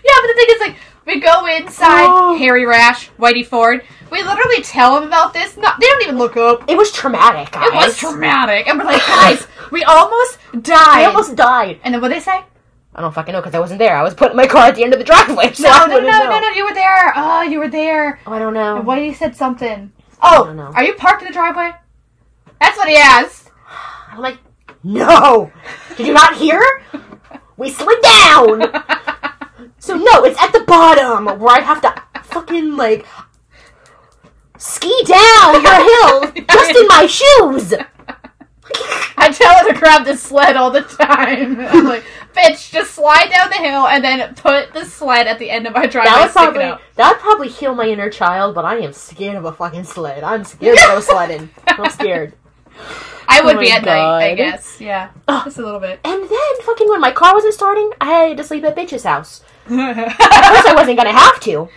B: Yeah, but the thing is, like, we go inside.
A: Oh.
B: Harry Rash, Whitey Ford. We literally tell them about this. Not, they don't even look up.
A: It was traumatic, guys.
B: It was traumatic, and we're like, guys, we almost died.
A: I almost died.
B: and then what they say?
A: I don't fucking know because I wasn't there. I was putting my car at the end of the driveway. So I
B: No, no, no,
A: wouldn't
B: no,
A: know.
B: no, no, you were there. Oh, you were there.
A: Oh, I don't know. Oh,
B: And Whitey said something.
A: I don't know.
B: Are you parked in the driveway? That's what he asked.
A: I'm like, no! Did you not hear? We slid down! So, no, it's at the bottom where I have to fucking, like, ski down your hill just in my shoes!
B: I tell her to grab the sled all the time. I'm like, bitch, just slide down the hill and then put the sled at the end of my driveway.
A: That would
B: and stick it
A: probably
B: out.
A: that would probably heal my inner child, but I am scared of a fucking sled. I'm scared to go sledding. I'm scared.
B: I would
A: Oh
B: be
A: my
B: at night, I
A: God.
B: guess. Yeah, just a little bit.
A: And then fucking when my car wasn't starting, I had to sleep at bitch's house. Of course, I wasn't gonna have to,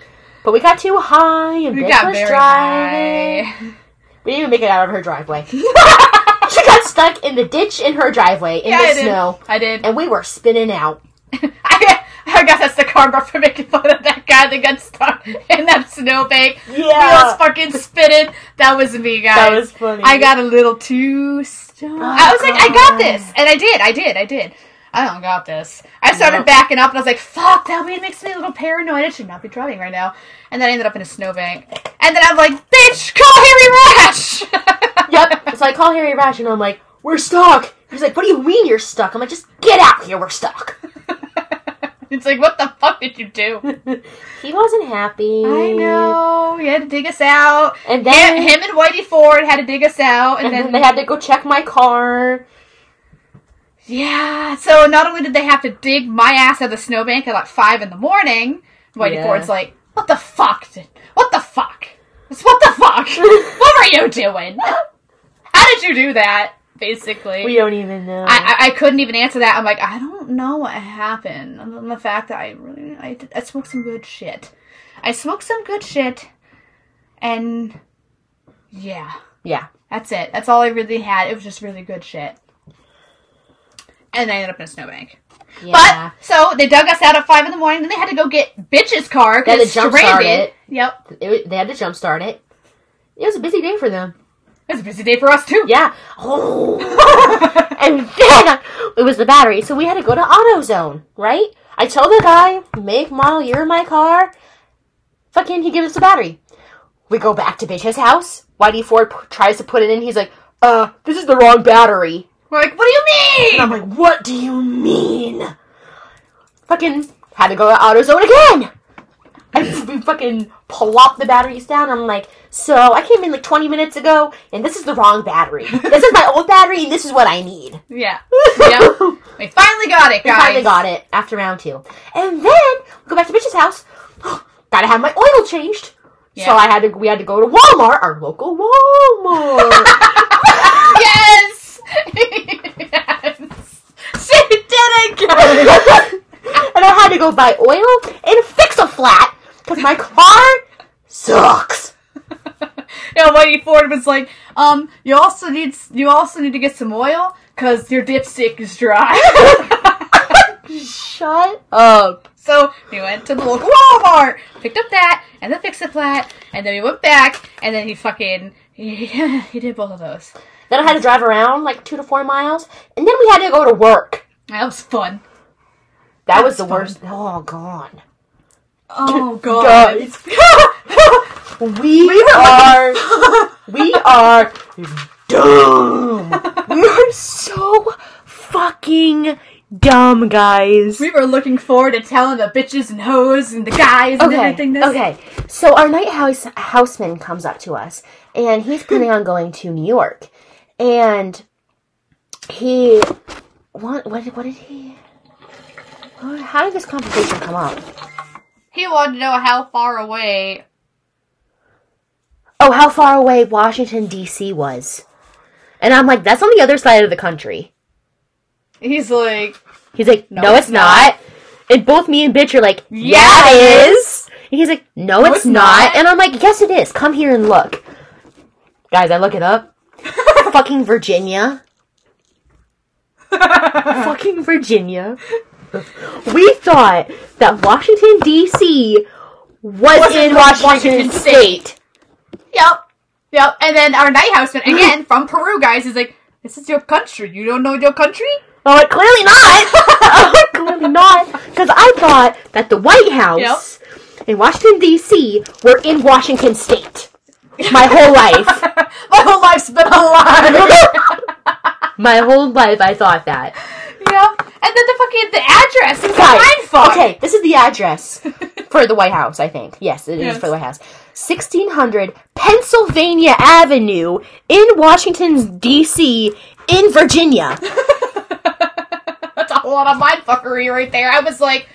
A: but we got too high and
B: We
A: bitch
B: got
A: was
B: very
A: driving.
B: high.
A: We didn't even make it out of her driveway. she got stuck in the ditch in her driveway in
B: Yeah,
A: the
B: I did.
A: snow,
B: I did.
A: and we were spinning out.
B: I, I guess that's the karma for making fun of that guy that got stuck in that snowbank. Wheels fucking spinning. That was me, guys.
A: that was funny.
B: I got a little too stoned. I was like, I got
A: God.
B: this, and I did, I did, I did. I don't got this. I started
A: Nope.
B: backing up, and I was like, "Fuck, that weed makes me a little paranoid. I should not be driving right now." And then I ended up in a snowbank, and then I'm like, "Bitch, call Harry Rash."
A: Yep. So I call Harry Rash, and I'm like, "We're stuck." He's like, "What do you mean you're stuck?" I'm like, "Just get out here. We're stuck."
B: it's like, what the fuck did you do?
A: He wasn't happy.
B: I know. You had to dig us out.
A: And
B: Him,
A: then,
B: him and Whitey Ford had to dig us out, and,
A: and then
B: then
A: they had to go check my car.
B: Yeah, so not only did they have to dig my ass out of the snowbank at like five in the morning, Whitey
A: Yeah.
B: Ford's like, "What the fuck? did- What the fuck? It's what the fuck? what were you doing? How did you do that?" Basically,
A: We uh, don't even know.
B: I, I I couldn't even answer that. I'm like, I don't know what happened. Other than the fact that I really I, did- I smoked some good shit. I smoked some good shit, and yeah.
A: yeah.
B: That's it. That's all I really had. It was just really good shit. And I ended up in a snowbank.
A: Yeah.
B: But so they dug us out at five in the morning. Then they had to go get bitch's car
A: They had
B: because
A: to jump start
B: stranded.
A: it.
B: Yep,
A: But they had to jumpstart it. It was a busy day for them.
B: it was a busy day for us too.
A: Yeah. Oh. and then it was the battery, so we had to go to AutoZone, right? I told the guy, make, model, year of my car. Fucking, he gives us the battery. We go back to bitch's house. Whitey Ford p- tries to put it in. He's like, uh, this is the wrong battery.
B: We're like, what do you mean?
A: And I'm like, what do you mean? Fucking had to go to AutoZone again. I fucking plop the batteries down. I'm like, so I came in like 20 minutes ago, and this is the wrong battery. This is my old battery, and this is what I need.
B: Yeah. yeah. We finally got it, guys.
A: We finally got it after round two. And then we go back to Bitch's house. Gotta have my oil changed. So
B: Yeah.
A: I had to we had to go to Walmart, our local Walmart.
B: Yes! yes! She did it, guys!
A: and I had to go buy oil and fix a flat because my car sucks.
B: Yeah, Whitey Ford was like, um, you also need you also need to get some oil because your dipstick is dry.
A: Shut up.
B: so we went to the local Walmart, picked up that, and then fixed the flat, and then we went back, and then he fucking he, he did both of those.
A: Then I had to drive around like two to four miles, and then we had to go to work.
B: That was fun.
A: That was the worst.
B: That's
A: Oh, God.
B: Oh god.
A: Guys, we, are we are dumb. we are so fucking dumb, guys.
B: We were looking forward to telling the bitches and hoes and the guys and everything this.
A: Okay. So our night house houseman comes up to us, and he's planning on going to New York, and he what what did, what did he? How did this conversation come up?
B: He wanted to know how far away.
A: Oh, how far away Washington D.C. was, and I'm like, that's on the other side of the country.
B: He's like,
A: He's like, no, it's,
B: it's
A: not.
B: not."
A: And both me and bitch are like, yeah,
B: Yeah,
A: it
B: it
A: is. And he's like, no, it's,
B: it's
A: not.
B: not.
A: And I'm like, yes, it is. Come here and look. Guys, I look it up. Fucking Virginia. Fucking Virginia. We thought that Washington, D.C. was in Washington, State.
B: Yep. Yep. And then our night houseman, again, from Peru, guys, is like, this is your country. You don't know your country?
A: I'm like, Oh, clearly not. I'm like, clearly not. Because I thought that the White House in Washington, D.C. were in Washington State my whole life.
B: My whole life's been a lie.
A: my whole life, I thought that.
B: yep. And then the fucking, the address is
A: Guys,
B: mind fuck.
A: okay, this is the address for the White House, I think. Yes, it is
B: Yes.
A: for the White House. 1600 Pennsylvania Avenue in Washington, D.C., in Virginia.
B: That's a whole lot of mind fuckery right there. I was like,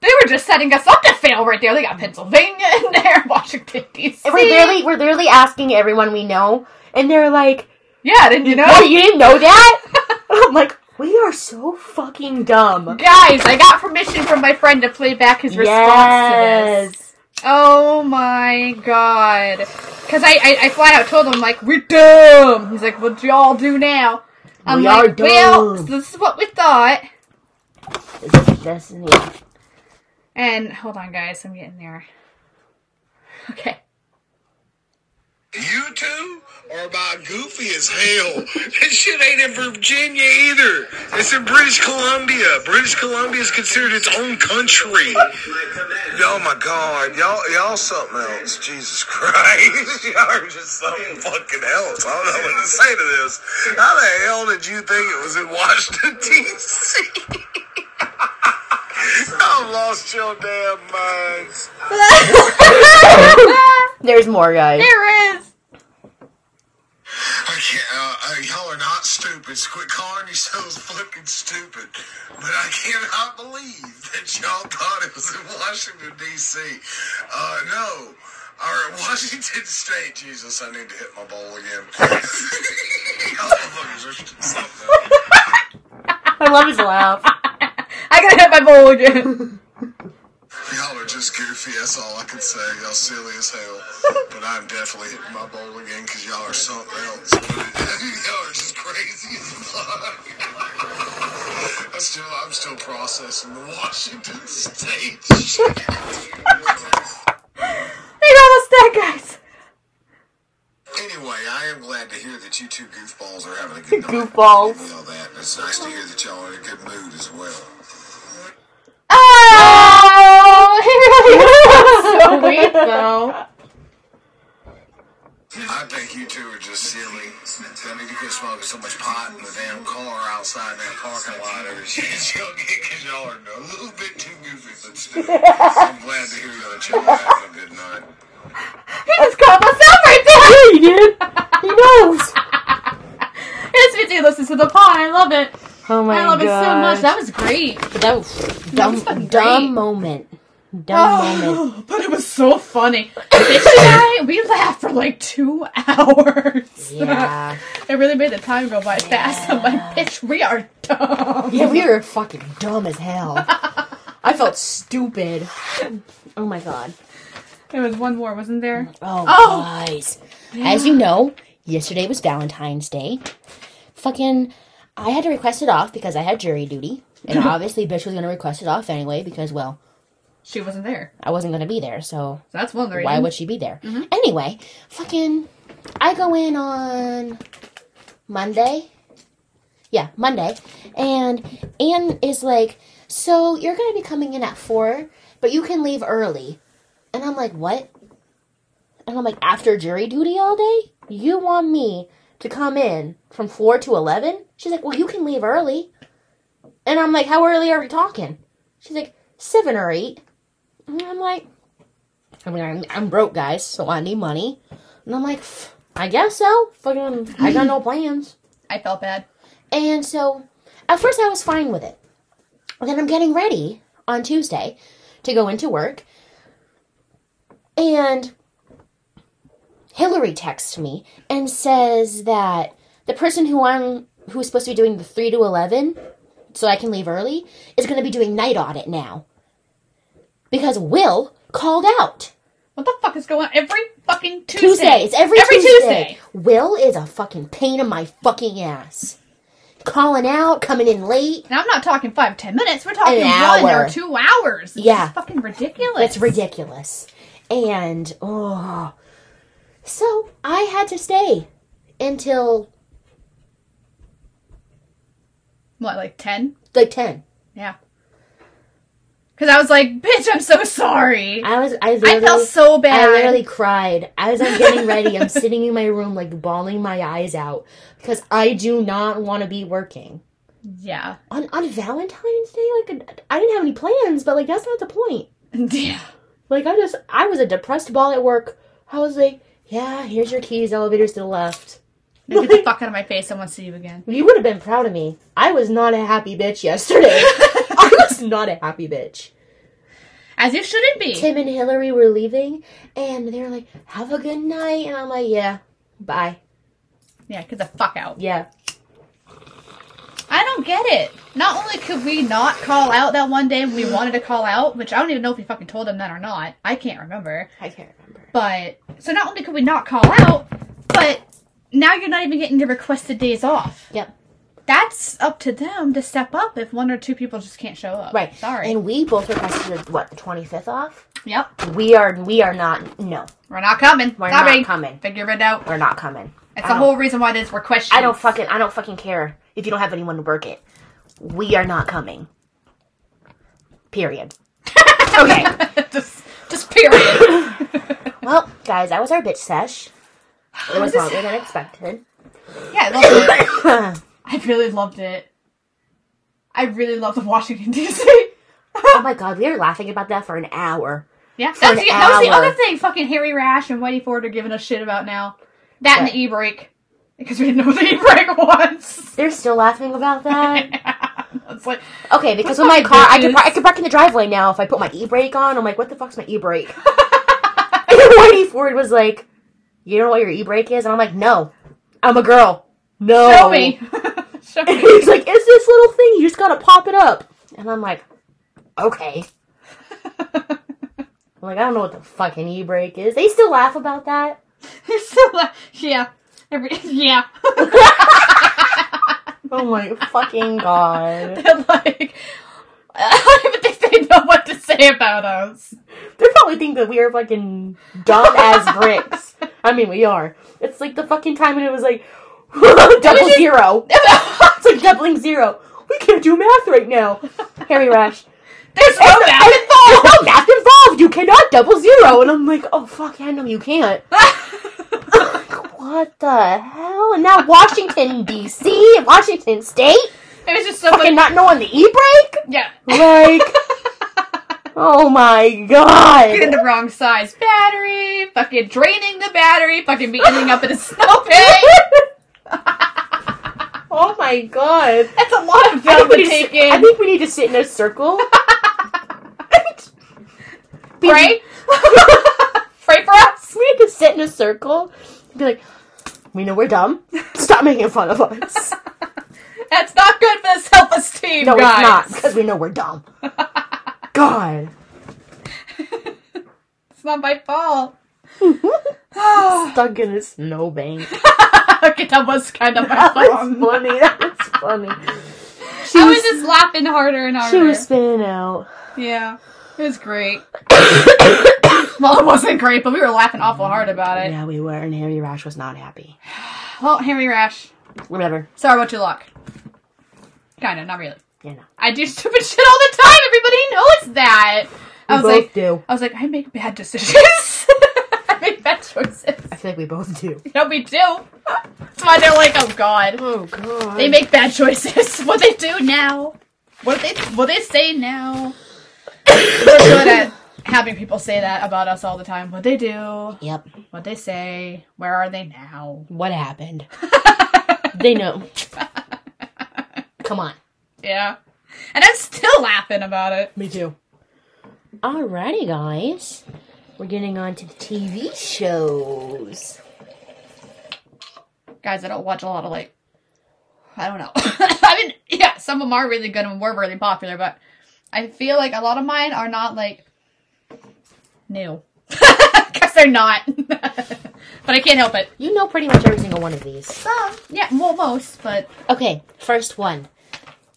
B: they were just setting us up to fail right there. They got Pennsylvania in there, Washington, D.C.
A: we're, literally, we're literally asking everyone we know, and they're like,
B: Yeah, didn't you know?
A: Oh, you didn't know that? I'm like, we are so fucking dumb.
B: Guys, I got permission from my friend to play back his response to this. Oh my god. Cause I, I, I flat out told him like, we're dumb. He's like, what do y'all do now? I'm
A: We
B: like,
A: are dumb.
B: well, this is what we thought.
A: This is- this is- yeah.
B: And hold on guys, I'm getting there. Okay.
C: You two are about goofy as hell. This shit ain't in Virginia either. It's in British Columbia. British Columbia is considered its own country. Oh my god, y'all y'all something else. Jesus Christ, y'all are just something fucking else. I don't know what to say to this. How the hell did you think it was in Washington D.C.? I've lost your damn minds.
A: There's more guys.
B: There is.
C: Okay, uh, uh, y'all are not stupid. So quit calling yourselves fucking stupid. But I cannot believe that y'all thought it was in Washington, D.C. Uh, no. Or Washington State. Jesus, I need to hit my ball again. y'all motherfuckers are something else.
A: I love his laugh.
B: I gotta hit my bowl again.
C: Y'all are just goofy. That's all I can say. Y'all silly as hell. But I'm definitely hitting my bowl again because y'all are something else. y'all are just crazy as fuck. I still, I'm still processing the Washington State shit.
B: they got us there, guys.
C: Anyway, I am glad to hear that you two goofballs are having a good night.
A: Goofballs.
C: And all that. And it's nice to hear that y'all are in a good mood as well.
B: Oh, he really was so weak though.
C: I think you two are just silly. I need to quit smoking so much pot in the damn car. I outside that parking lot every chance y'all get because y'all are a little bit too goofy, but still. I'm glad to hear y'all that y'all having a good night.
B: He just called myself right there.
A: He did. He knows.
B: It's ridiculous. This is the pod. I love it.
A: Oh my
B: I love it so much.
A: god.
B: That was great.
A: That was Oh. dumb,
B: fucking great.
A: dumb moment. Dumb moment.
B: Oh, but it was so funny. Bitch and I, we laughed for like two hours.
A: Yeah.
B: it really made the time go by fast. I'm like, bitch, we are dumb.
A: Yeah, we were fucking dumb as hell. I felt stupid. Oh my god.
B: There was one more, wasn't there?
A: Oh,
B: Oh.
A: guys. As you know, yesterday was Valentine's Day. Fucking, I had to request it off because I had jury duty. And obviously, bitch was gonna request it off anyway because, well,
B: She wasn't there.
A: I wasn't gonna be there, so
B: So that's one reason.
A: Why would she be there? Anyway, fucking, I go in on Monday. Yeah, Monday, and Anne is like, "So you're gonna be coming in at four, but you can leave early." And I'm like, "What?" And I'm like, "After jury duty all day, you want me to come in from four to 11? She's like, "Well, you can leave early." And I'm like, "How early are we talking?" She's like, seven or eight. And I'm like, I mean, I'm, I'm broke, guys, so I need money. And I'm like, "Pff, I guess so. Fucking, I got no plans.
B: I felt bad.
A: And so, at first, I was fine with it. And then I'm getting ready on Tuesday to go into work. And Hillary texts me and says that the person who I'm who's supposed to be doing the 3 to 11 so I can leave early is going to be doing night audit now. Because Will called out.
B: What the fuck is going on? Every fucking Tuesday.
A: Tuesday. It's every,
B: every
A: Tuesday. Will is a fucking pain in my fucking ass. Calling out, coming in late.
B: And I'm not talking five, ten minutes. We're talking
A: An
B: one
A: hour.
B: or two hours. It's
A: Yeah.
B: just fucking ridiculous.
A: It's ridiculous. And oh, so I had to stay until
B: What, like ten?
A: like ten.
B: Yeah. Because I was like, bitch, I'm so sorry.
A: I was I
B: I
A: literally
B: felt so bad.
A: I literally cried as I'm getting ready. I'm sitting in my room like bawling my eyes out because I do not want to be working.
B: Yeah.
A: On on Valentine's Day, like I didn't have any plans, but like that's not the point.
B: Yeah.
A: Like I just I was a depressed ball at work. I was like, yeah, here's your keys, elevators to the left.
B: Now Get the fuck out of my face. I want to see you again.
A: You would have been proud of me. I was not a happy bitch yesterday. I was not a happy bitch.
B: As you shouldn't be.
A: Tim and Hillary were leaving and they were like, have a good night and I'm like, yeah, bye.
B: Yeah, get the fuck out.
A: Yeah.
B: I don't get it. Not only could we not call out that one day we wanted to call out, which I don't even know if we fucking told him that or not. I can't remember.
A: I can't remember.
B: But, so not only could we not call out, but now you're not even getting your requested days off.
A: Yep.
B: That's up to them to step up if one or two people just can't show up.
A: Right.
B: Sorry.
A: And we both requested what, the twenty fifth off?
B: yep.
A: We are we are not no.
B: We're not coming.
A: We're
B: Sorry.
A: not coming.
B: Figure it out.
A: We're not coming.
B: It's
A: I
B: the
A: don't-
B: whole reason why this we're questioning.
A: I don't fucking I don't fucking care if you don't have anyone to work it. We are not coming. Period. okay.
B: just, just period.
A: Well, guys, that was our bitch sesh. It was
B: This-
A: longer than expected. Oh
B: yeah, I loved it. I really loved it. I really loved Washington D.C.
A: oh my god, we were laughing about that for an hour.
B: Yeah, that's
A: an
B: the, that was the
A: hour.
B: other thing. Fucking Harry Rash and Whitey Ford are giving us shit about now. That and
A: What?
B: the e break because we didn't know what the e break was.
A: They're still laughing about that.
B: it's like
A: Okay, because
B: What
A: with my
B: fucking
A: car, I can, par-
B: bitches?
A: I can park in the driveway now if I put my e brake on. I'm like, what the fuck's my e brake? and Whitey Ford was like, you know what your e brake is? And I'm like, no, I'm a girl. No.
B: show me, show
A: And
B: me.
A: oh. he's like, it's this little thing. You just gotta pop it up. And I'm like, okay. I'm like, I don't know what the fucking e brake is. They still laugh about that.
B: It's so like, yeah, Every, yeah.
A: Oh my fucking god.
B: They're like, I don't even think they know what to say about us.
A: They probably think that we are fucking dumb as bricks. I mean, we are. It's like the fucking time when it was like double zero. It's like doubling zero. We can't do math right now. Harry Rash. "Oh,
B: There's no math
A: involved. No math involved. You cannot double zero. And I'm like, oh fuck, yeah, no, you can't.
B: involved.
A: What the hell? And now Washington D.C. and Washington State.
B: It was just so much.
A: Fucking not knowing the e brake?
B: Yeah.
A: Like, oh my god.
B: Getting the wrong size battery, fucking draining the battery, fucking be ending up in a snow pit.
A: oh my god.
B: That's a lot
A: I
B: of film
A: think, we
B: to
A: need to
B: take
A: sit,
B: in.
A: I think we need to sit in a circle. Be-
B: Pray? Pray for us.
A: We need to sit in a circle and be like, we know we're dumb. Stop making fun of us.
B: That's not good for the self esteem,
A: No,
B: guys.
A: it's not because we know we're dumb. God.
B: It's not my fault.
A: Stuck in a snowbank.
B: okay, that was kind of my
A: That
B: fault.
A: was funny. That was funny. She
B: I
A: was,
B: was just laughing harder and harder.
A: she was spinning out.
B: Yeah, it was great. well, it wasn't great, but we were laughing awful hard about it.
A: Yeah, we were, and Harry Rash was not happy.
B: Well, Henry Rash,
A: Whatever.
B: sorry about your luck. Kinda, not really.
A: You know.
B: I do stupid shit all the time. Everybody knows that. I
A: We
B: was
A: both
B: like,
A: do.
B: I was like, I make bad decisions. I make bad choices.
A: I feel like we both do.
B: No, we do. That's why they're like, oh god,
A: Oh god.
B: they make bad choices. What they do now? What they what they say now? We're good at having people say that about us all the time. What they do?
A: Yep.
B: What they say? Where are they now?
A: What happened? they know. Come on.
B: Yeah. And I'm still laughing about it.
A: Me too. Alrighty, guys. We're getting on to the TV shows.
B: Guys, I don't watch a lot of like I don't know. I mean, yeah, some of them are really good and were really popular, but I feel like a lot of mine are not like new. Cuz they're not. but I can't help it.
A: You know pretty much every single one of these.
B: Some, yeah, well, most, but
A: Okay, first one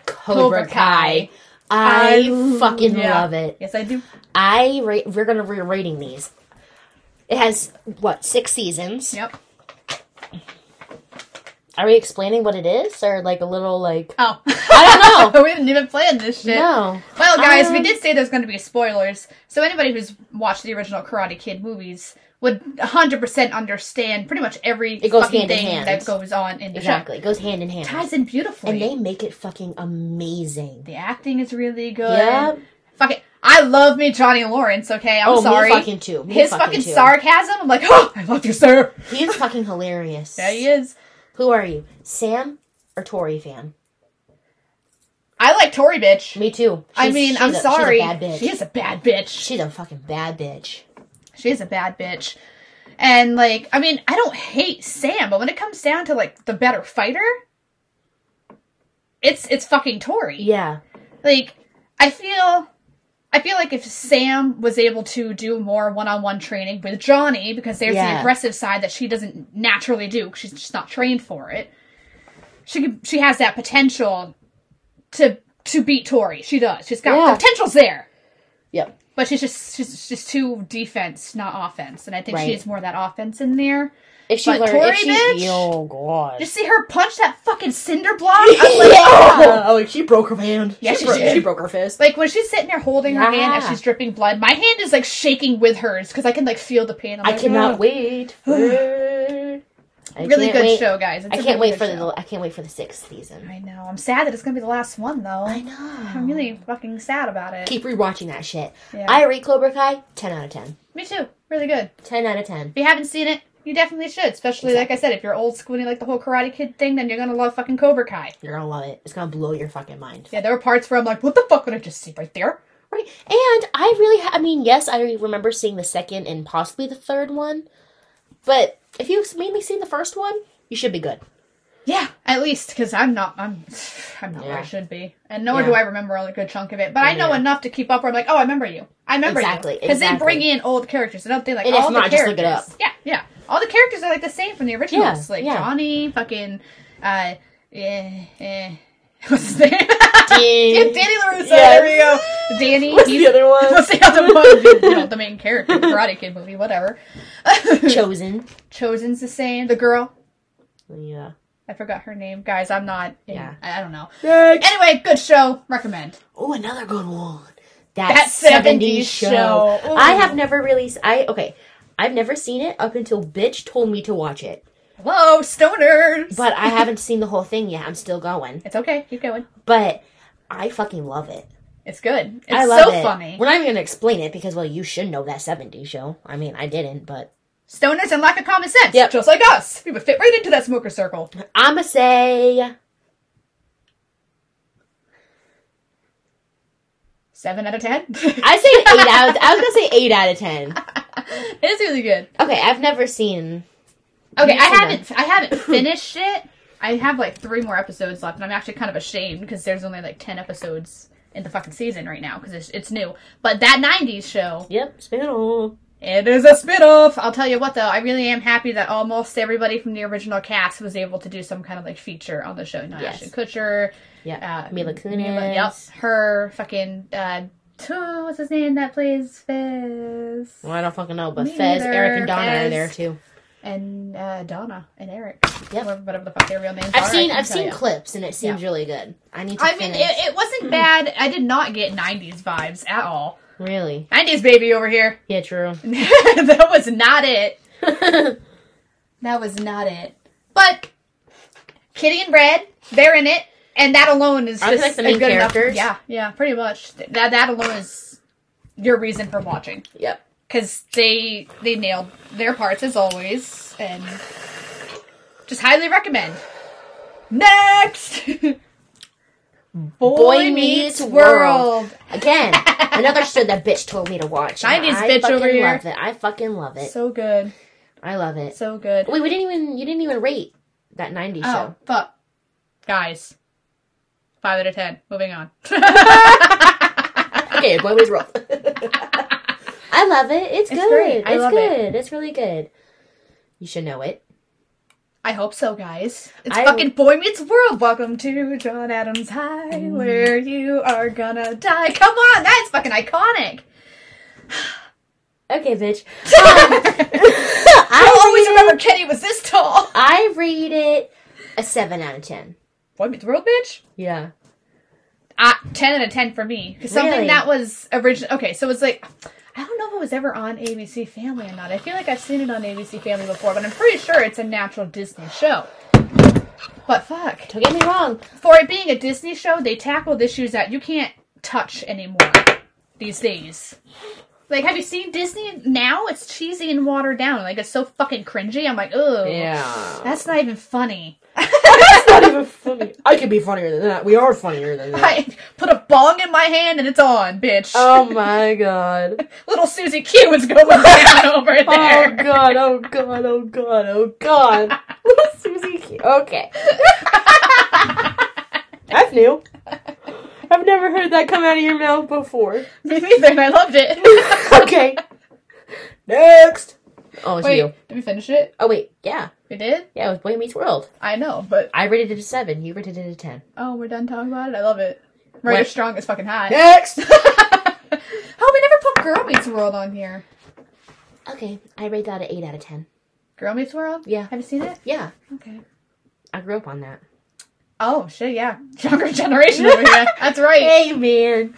A: Cobra,
B: Cobra
A: Kai.
B: Kai.
A: I,
B: I-
A: fucking
B: yeah.
A: love it.
B: Yes, I do.
A: I rate. We're gonna be rating these. It has what six seasons?
B: Yep.
A: Are we explaining what it is, or like a little like?
B: Oh,
A: I don't know.
B: we didn't even plan this shit.
A: no.
B: Well, guys, we
A: Um,
B: did say there's going to be spoilers, so anybody who's watched the original Karate Kid movies would 100% understand pretty much every
A: It goes
B: fucking
A: hand in
B: thing
A: hand.
B: that goes on in the
A: Exactly. It goes hand in
B: show.
A: hand.
B: Ties in beautifully.
A: and they make it fucking amazing.
B: the acting is really good.
A: Yep.
B: Fuck it. I love me Johnny Lawrence. Okay, I'm
A: oh,
B: sorry.
A: me fucking too. Me
B: His
A: fucking,
B: fucking
A: too.
B: sarcasm. I'm like, oh, I love you, sir.
A: He is fucking hilarious.
B: Yeah, he is.
A: Who are you, Sam or Tori fan?
B: I like Tori, bitch.
A: Me too.
B: I
A: She's-
B: mean,
A: she's
B: I'm
A: a-
B: sorry.
A: She's a bad bitch.
B: She is a bad bitch.
A: She's a fucking bad bitch.
B: She's a bad bitch. And like, I mean, I don't hate Sam, but when it comes down to like the better fighter, it's it's fucking Tori.
A: Yeah.
B: Like, I feel I feel like if Sam was able to do more one-on-one training with Johnny because there's
A: Yeah.
B: the aggressive side that she doesn't naturally do, 'cause she's just not trained for it. She could, she has that potential to to beat Tori. She does. She's got
A: Yeah.
B: the potential's there.
A: Yep.
B: But she's just she's just too defense, not offense, and I think
A: Right.
B: she needs more of that offense in there.
A: If she
B: But
A: learned,
B: Tori,
A: if she,
B: bitch?
A: oh god.
B: Just see her punch that fucking cinder block. I'm like,
A: yeah. Oh, like she broke her hand.
B: Yeah, she did.
A: broke her fist.
B: like when she's sitting there holding her hand as
A: Yeah.
B: she's dripping blood, my hand is like shaking with hers because I can like feel the pain. I'm
A: I
B: like,
A: cannot
B: "Ugh."
A: wait. For it. I
B: Really
A: can't
B: good
A: wait.
B: show, guys. It's
A: I
B: a
A: can't
B: really
A: wait
B: good
A: for
B: show.
A: the. I can't wait for the sixth season.
B: I know. I'm sad that it's gonna be the last one though.
A: I
B: I am
A: know.
B: really fucking sad about it.
A: Keep rewatching that shit.
B: Yeah.
A: I rate Cobra Kai ten out of ten.
B: Me too. Really good.
A: Ten out of ten.
B: If you haven't seen it, you definitely should. Especially like I said, if you're old school and you like the whole Karate Kid thing, then you're gonna love fucking Cobra Kai.
A: You're gonna love it. It's gonna blow your fucking mind.
B: Yeah, there were parts where I'm like, what the fuck would I just see right there?
A: Right. And I really, ha- I mean, yes, I remember seeing the second and possibly the third one, but if you mainly seen the first one, you should be good.
B: Yeah, at least because I'm not, I'm, I'm not where
A: Yeah.
B: I should be, and nor
A: Yeah.
B: do I remember a good chunk of it. But I know
A: Yeah.
B: enough to keep up. Where I'm like, oh, I remember you. I remember
A: Exactly,
B: you. Because
A: exactly.
B: they bring in old characters. They don't they like
A: And if
B: all
A: not,
B: the
A: just
B: characters?
A: look it up.
B: Yeah, yeah. All the characters are like the same from the originals. like
A: yeah.
B: Johnny, fucking, uh, eh, eh. What's his name? Danny LaRusso. There we go. Danny.
A: What's
B: he's-
A: the other one?
B: What's the other one? you know, the main character, of the Karate Kid movie, whatever.
A: Chosen.
B: Chosen's the same. The girl.
A: Yeah.
B: I forgot her name, guys. I'm not.
A: Yeah.
B: Yeah, I, I don't know. Anyway, good show. Recommend.
A: Oh, another good one.
B: That 70s show.
A: I
B: Ooh.
A: have never really. s- I okay. I've never seen it up until bitch told me to watch it.
B: Hello, stoners.
A: But I haven't seen the whole thing yet. I'm still going.
B: it's okay. Keep going.
A: But I fucking love it.
B: It's good. It's
A: I love
B: so
A: it.
B: funny.
A: We're not even gonna explain it because well, you should know that 70s show. I mean, I didn't, but
B: Stoners and lack of common sense.
A: Yep.
B: Just like us. We would fit right into that smoker circle.
A: I'ma say
B: Seven out of ten. it's
A: I say eight out. I was gonna say eight out of ten.
B: really good.
A: Okay, I've never seen.
B: Okay,
A: You've
B: I
A: seen
B: haven't I haven't finished it. I have like three more episodes left, and I'm actually kind of ashamed because there's only like ten episodes in the fucking season right now because it's, it's new. But that '90s show,
A: Yep, spin it all.
B: it is a spinoff. I'll tell you what though, I really am happy that almost everybody from the original cast was able to do some kind of like feature on the show. You know,
A: Yes.
B: Ashton Kutcher,
A: Yeah,
B: uh,
A: Mila Kunis.
B: Mila- yep, her fucking uh, oh, what's his name that plays Fizz
A: Well, I don't fucking know, but
B: Me
A: Fez,
B: neither,
A: Eric, and Donna are
B: Fez.
A: there too.
B: and uh, Donna and Eric.
A: Yep.
B: Whatever- whatever the fuck their real names are.
A: I've
B: I
A: seen
B: couldn't
A: I've
B: tell
A: seen
B: you.
A: clips, and it seems really good. I need to.
B: I mean,
A: finish.
B: it, it wasn't bad. I did not get 90s vibes at all.
A: really.
B: 90s baby over here.
A: Yeah, true.
B: that was not it. That was not it. But Kitty and Red, they're in it, and that alone is
A: Are they,
B: just
A: like, the main
B: a good enough-
A: characters?
B: Yeah, yeah, pretty much. Th- That that alone is your reason for watching
A: yep.
B: because they they nailed their parts as always, and just highly recommend. Next, Boy,
A: Meets World. Again, another show that bitch told me to watch. and
B: 90s
A: I
B: bitch
A: fucking
B: over here.
A: love it. I fucking love it.
B: So good,
A: I love it.
B: so good.
A: Wait, we didn't even you didn't even rate that '90s
B: Oh,
A: show.
B: but guys, five out of ten. Moving on.
A: Okay, boy was rough. I love it. It's, good.
B: great. I
A: it's
B: love it.
A: good. It's really good. You should know it.
B: I hope so, guys. It's
A: I-
B: fucking Boy Meets World. Welcome to John Adams High, where you are gonna die. Come on, that's fucking iconic.
A: Okay, bitch. Um, I
B: I'll always
A: rate
B: remember
A: It,
B: Kenny was this tall.
A: I rate it a seven out of ten.
B: Boy Meets World, bitch.
A: Yeah.
B: Uh, 10 out of 10 for me. 'Cause something
A: Really?
B: that was original. Okay, so it's like, I don't know if it was ever on ABC Family or not. I feel like I've seen it on ABC Family before, but I'm pretty sure it's a natural Disney show. But fuck.
A: Don't get me wrong.
B: For it being a Disney show, they tackled issues that you can't touch anymore these days. Like, have you seen Disney now? It's cheesy and watered down. Like, it's so fucking cringy. I'm like, ugh.
A: Yeah.
B: That's not even funny.
A: That's not even funny. I could be funnier than that. We are funnier than
B: I put a bong in my hand and it's on, bitch.
A: Oh my god.
B: Little Susie Q is going down over
A: Oh
B: there.
A: god, oh god, oh god, oh god. Susie Q. Okay. That's new. I've never heard that come out of your mouth before.
B: Me neither, and I loved it.
A: Okay. Next. Oh, it's
B: wait,
A: you.
B: did we finish it?
A: Oh, wait. Yeah.
B: We did?
A: Yeah, it was Boy Meets World.
B: I know, but
A: I rated it a 7. You rated it a 10.
B: oh, we're done talking about it. I love it. Right,
A: What?
B: strong is fucking hot.
A: Next.
B: oh, we never put Girl Meets World on here.
A: okay, I rate that an 8 out of 10.
B: Girl Meets World?
A: Yeah.
B: Have you seen it?
A: Yeah,
B: Okay.
A: I grew up on that.
B: Oh shit, yeah. Younger generation over here. That's right.
A: Hey, man.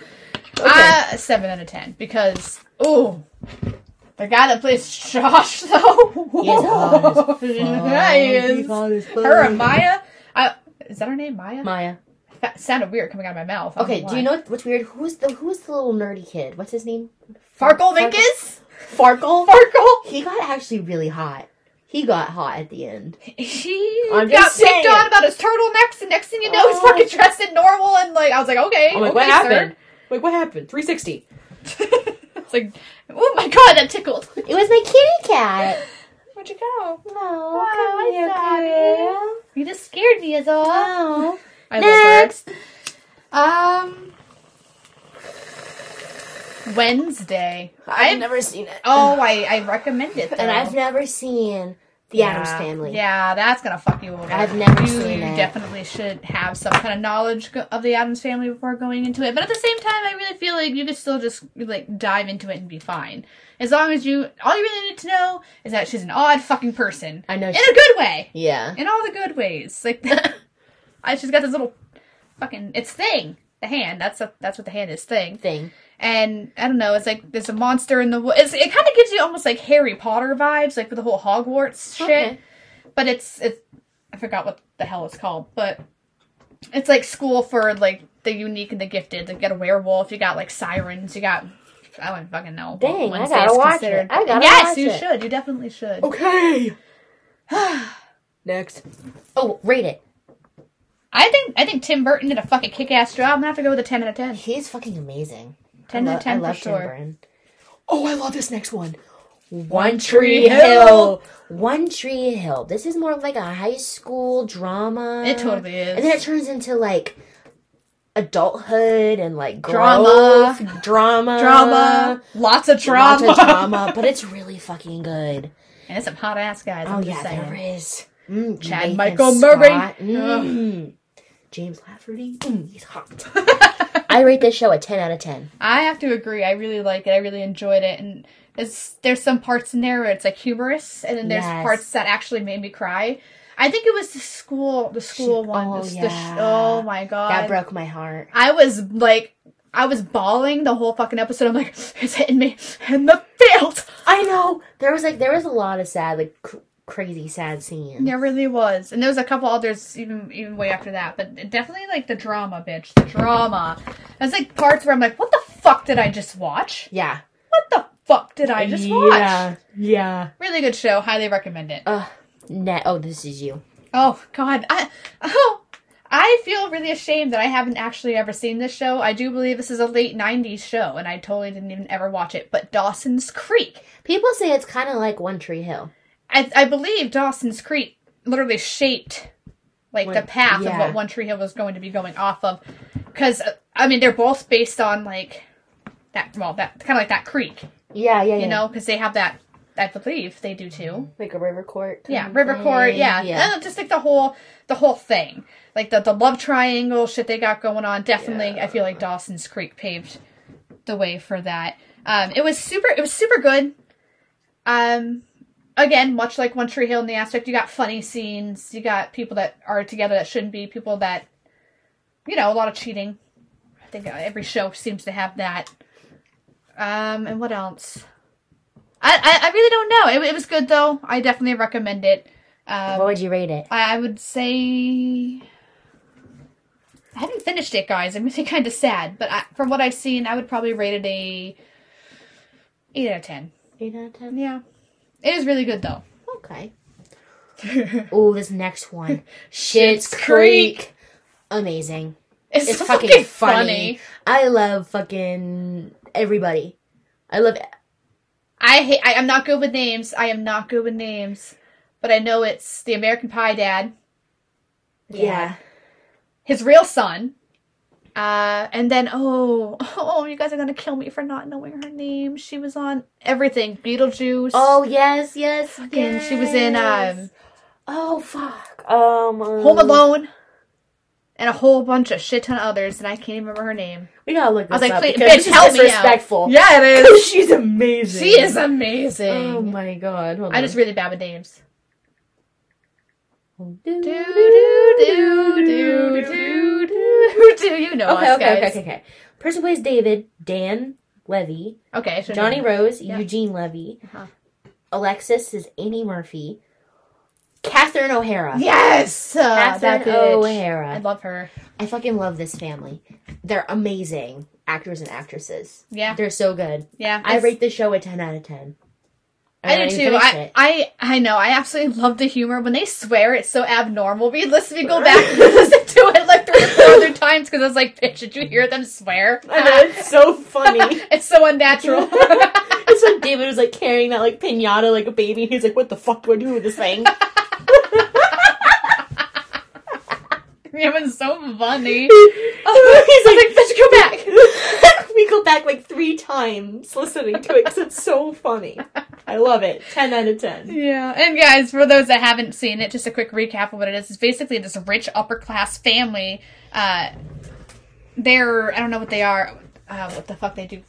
A: Okay.
B: Uh seven out of ten because ooh. The guy that plays Josh though.
A: He's hot as
B: yeah, he is. Her and Maya. I, is that her name? Maya?
A: Maya.
B: That sounded weird coming out of my mouth. I don't
A: Okay, do you
B: why.
A: know what- what's weird? Who's the who's the little nerdy kid? What's his name?
B: Farkle Minkus?
A: Farkle.
B: Farkle?
A: He got actually really hot. He got hot at the end.
B: He
A: I'm
B: got
A: just saying.
B: picked on about his turtlenecks, and next thing you know, he's
A: Oh.
B: fucking dressed in normal, and like, I was like, okay, okay, sir.
A: Like what happened? 360.
B: It's like, oh my god, that tickled.
A: It was my kitty cat.
B: Where'd you go?
A: Oh,
B: I'm
A: come here,
B: sorry.
A: kitty.
B: You just scared me, is all.
A: Oh.
B: I
A: Next.
B: love her. Um, Wednesday.
A: I've never seen it.
B: Oh, I, I recommend it. Though.
A: And I've never seen The
B: Yeah.
A: Adams Family.
B: Yeah, that's gonna fuck you over.
A: I've never
B: you,
A: seen
B: you
A: it.
B: definitely should have some kind of knowledge go- of the Adams Family before going into it. But at the same time, I really feel like you could still just like dive into it and be fine, as long as you all you really need to know is that she's an odd fucking person
A: I know.
B: in
A: she-
B: a good way.
A: yeah.
B: in all the good ways. Like, I, she's got this little fucking it's thing, the hand. That's a, that's what the hand is thing.
A: Thing.
B: And I don't know. It's like there's a monster in the woods. It kind of gives you almost like Harry Potter vibes, like with the whole Hogwarts shit.
A: Okay.
B: but it's it's I forgot what the hell it's called, but it's like school for like the unique and the gifted. Like you got a werewolf, you got like sirens, you got I don't fucking know.
A: Dang, I
B: Wednesday
A: gotta
B: is
A: watch
B: considered-
A: it. I gotta
B: yes,
A: watch
B: you
A: it.
B: should. You definitely should.
A: Okay. Next. Oh, rate it.
B: I think I think Tim Burton did a fucking kick ass job. I'm gonna have to go with a ten out of ten.
A: He's fucking amazing.
B: Ten
A: I
B: out
A: lo-
B: of ten
A: I
B: for
A: love Tim
B: sure.
A: Burton. Oh, I love this next one. One Tree Hill. One Tree Hill. This is more of like a high school drama.
B: It totally is.
A: And then it turns into like adulthood and like
B: Drama.
A: growth, drama,
B: Drama, lots of
A: lots
B: drama,
A: of drama. But it's really fucking good.
B: and there's some hot ass guys.
A: Oh
B: I'm
A: yeah,
B: just saying.
A: there is. Mm,
B: Chad
A: Nathan
B: Michael
A: Scott.
B: Murray.
A: Mm. James Lafferty. Mm, he's hot. I rate this show a ten out of ten.
B: I have to agree. I really like it. I really enjoyed it, and it's, there's some parts in there where it's like humorous, and then there's
A: Yes.
B: parts that actually made me cry. I think it was the school, the school
A: She-
B: one.
A: oh,
B: the, the sh-
A: yeah.
B: oh my god,
A: That broke my heart.
B: I was like, I was bawling the whole fucking episode. I'm like, it's hitting me in the field.
A: I know there was like there was a lot of sad, like cr- crazy sad scenes.
B: There really was, and there was a couple others even even way after that, but definitely like the drama, bitch, the drama. That's like parts where I'm like, what the fuck did I just watch?
A: Yeah.
B: What the fuck did I just watch?
A: Yeah. Yeah.
B: Really good show. Highly recommend it.
A: Ugh. Net. Oh, this is you.
B: Oh God, I oh, I feel really ashamed that I haven't actually ever seen this show. I do believe this is a late '90s show, and I totally didn't even ever watch it. But Dawson's Creek,
A: People say it's kind of like One Tree Hill.
B: I, I believe Dawson's Creek literally shaped like the
A: What-
B: path of
A: yeah.
B: what One Tree Hill was going to be going off of, because I mean they're both based on like that well that kind of like that creek,
A: Yeah. Yeah.
B: you know, because they have that. I believe they do too.
A: like a river court. kind
B: Yeah,
A: of
B: River
A: thing.
B: Court. Yeah,
A: Yeah.
B: And just like the whole the whole thing, like the the love triangle shit they got going on. Definitely, I feel like Dawson's Creek paved the way for that. Um, it was super. It was super good. Um, again, much like One Tree Hill in the aspect, you got funny scenes. You got people that are together that shouldn't be. People that, you know, a lot of cheating. I think uh, every show seems to have that. Um, and what else? I, I, I really don't know. It, it was good though. I definitely recommend it. Um,
A: What would you rate it?
B: I, I would say I haven't finished it, guys. I'm really kind of sad, but I, from what I've seen, I would probably rate it a eight out of ten.
A: Eight out of ten.
B: Yeah, it is really good though.
A: Okay. oh, this next one. Shit's Creek. Amazing.
B: It's,
A: It's
B: fucking,
A: fucking
B: funny.
A: funny. I love fucking everybody. I love
B: I hate. I, I'm not good with names. I am not good with names, but I know it's the American Pie dad,
A: yeah.
B: his real son. Uh, and then oh oh you guys are gonna kill me for not knowing her name. She was on everything. Beetlejuice.
A: Oh yes, yes.
B: and she was in
A: yes.
B: um,
A: Oh fuck. Um
B: Home Alone and a whole bunch of shit ton of others, and I can't even remember her name.
A: We gotta look this
B: I was like,
A: up
B: "Please,
A: because
B: bitch,
A: this is
B: help me out."
A: disrespectful.
B: Yeah, it is.
A: She's amazing.
B: She is amazing.
A: Oh my god. Hold
B: I
A: on.
B: just really bad with names.
A: Do,
B: Do do do do do do do. You know
A: Okay,
B: us
A: okay, okay,
B: guys.
A: okay, okay. Person plays David, Dan Levy,
B: Okay, so
A: Johnny Rose,
B: Yeah.
A: Eugene Levy,
B: Uh-huh.
A: Alexis is Annie Murphy, Catherine O'Hara.
B: Yes, uh,
A: Catherine
B: that bitch.
A: O'Hara.
B: I love her.
A: I fucking love this family. They're amazing actors and actresses.
B: Yeah.
A: They're so good.
B: Yeah,
A: I
B: it's-
A: rate the show a 10 out of 10.
B: I
A: don't
B: do
A: even
B: too.
A: finish
B: I,
A: it.
B: I I know. I absolutely love the humor. When they swear, it's so abnormal. We listen, we go back and listen to it like three or four other times because I was like, "Bitch, did you hear them swear?"
A: I know, it's so funny.
B: it's so unnatural.
A: it's when David was like carrying that like pinata like a baby. He's like, what the fuck do I do with this thing?
B: it was so funny.
A: He's like,
B: Oh, Bitch, go back.
A: we go back like three times listening to it because it's so funny. I love it. 10 out of 10.
B: Yeah, and guys, for those that haven't seen it, just a quick recap of what it is. It's basically this rich upper class family. Uh, they're I don't know what they are. Uh, what the fuck they do?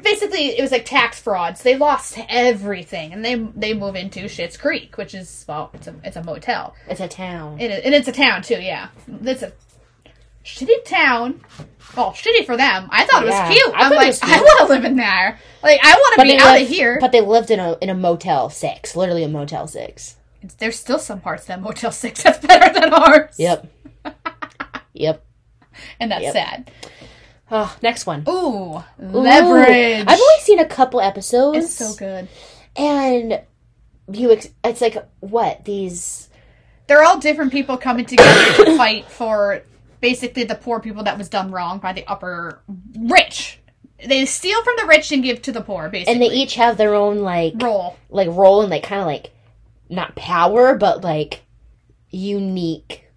B: Basically, it was like tax frauds. They lost everything, and they they move into Shit's Creek, which is well, it's a it's a motel.
A: It's a town.
B: It is, and it's a town too. Yeah, it's a shitty town. Well, shitty for them. I thought it was
A: Yeah,
B: cute.
A: I
B: I'm
A: thought it
B: like,
A: was
B: I
A: cute.
B: want to live in there. Like, I want to be
A: they
B: out
A: lived-
B: of here.
A: But they lived in a in a Motel Six, literally a Motel Six.
B: There's still some parts of that Motel 6 that's better than ours.
A: Yep. yep.
B: And that's
A: Yep.
B: sad.
A: Oh, next one.
B: Ooh,
A: Ooh,
B: Ah, leverage.
A: I've only seen a couple episodes.
B: It's so good.
A: And you, ex- it's like what these?
B: They're all different people coming together to fight for basically the poor people that was done wrong by the upper rich. They steal from the rich and give to the poor, basically.
A: And they each have their own like
B: roll.
A: like role and like kind of like not power, but like unique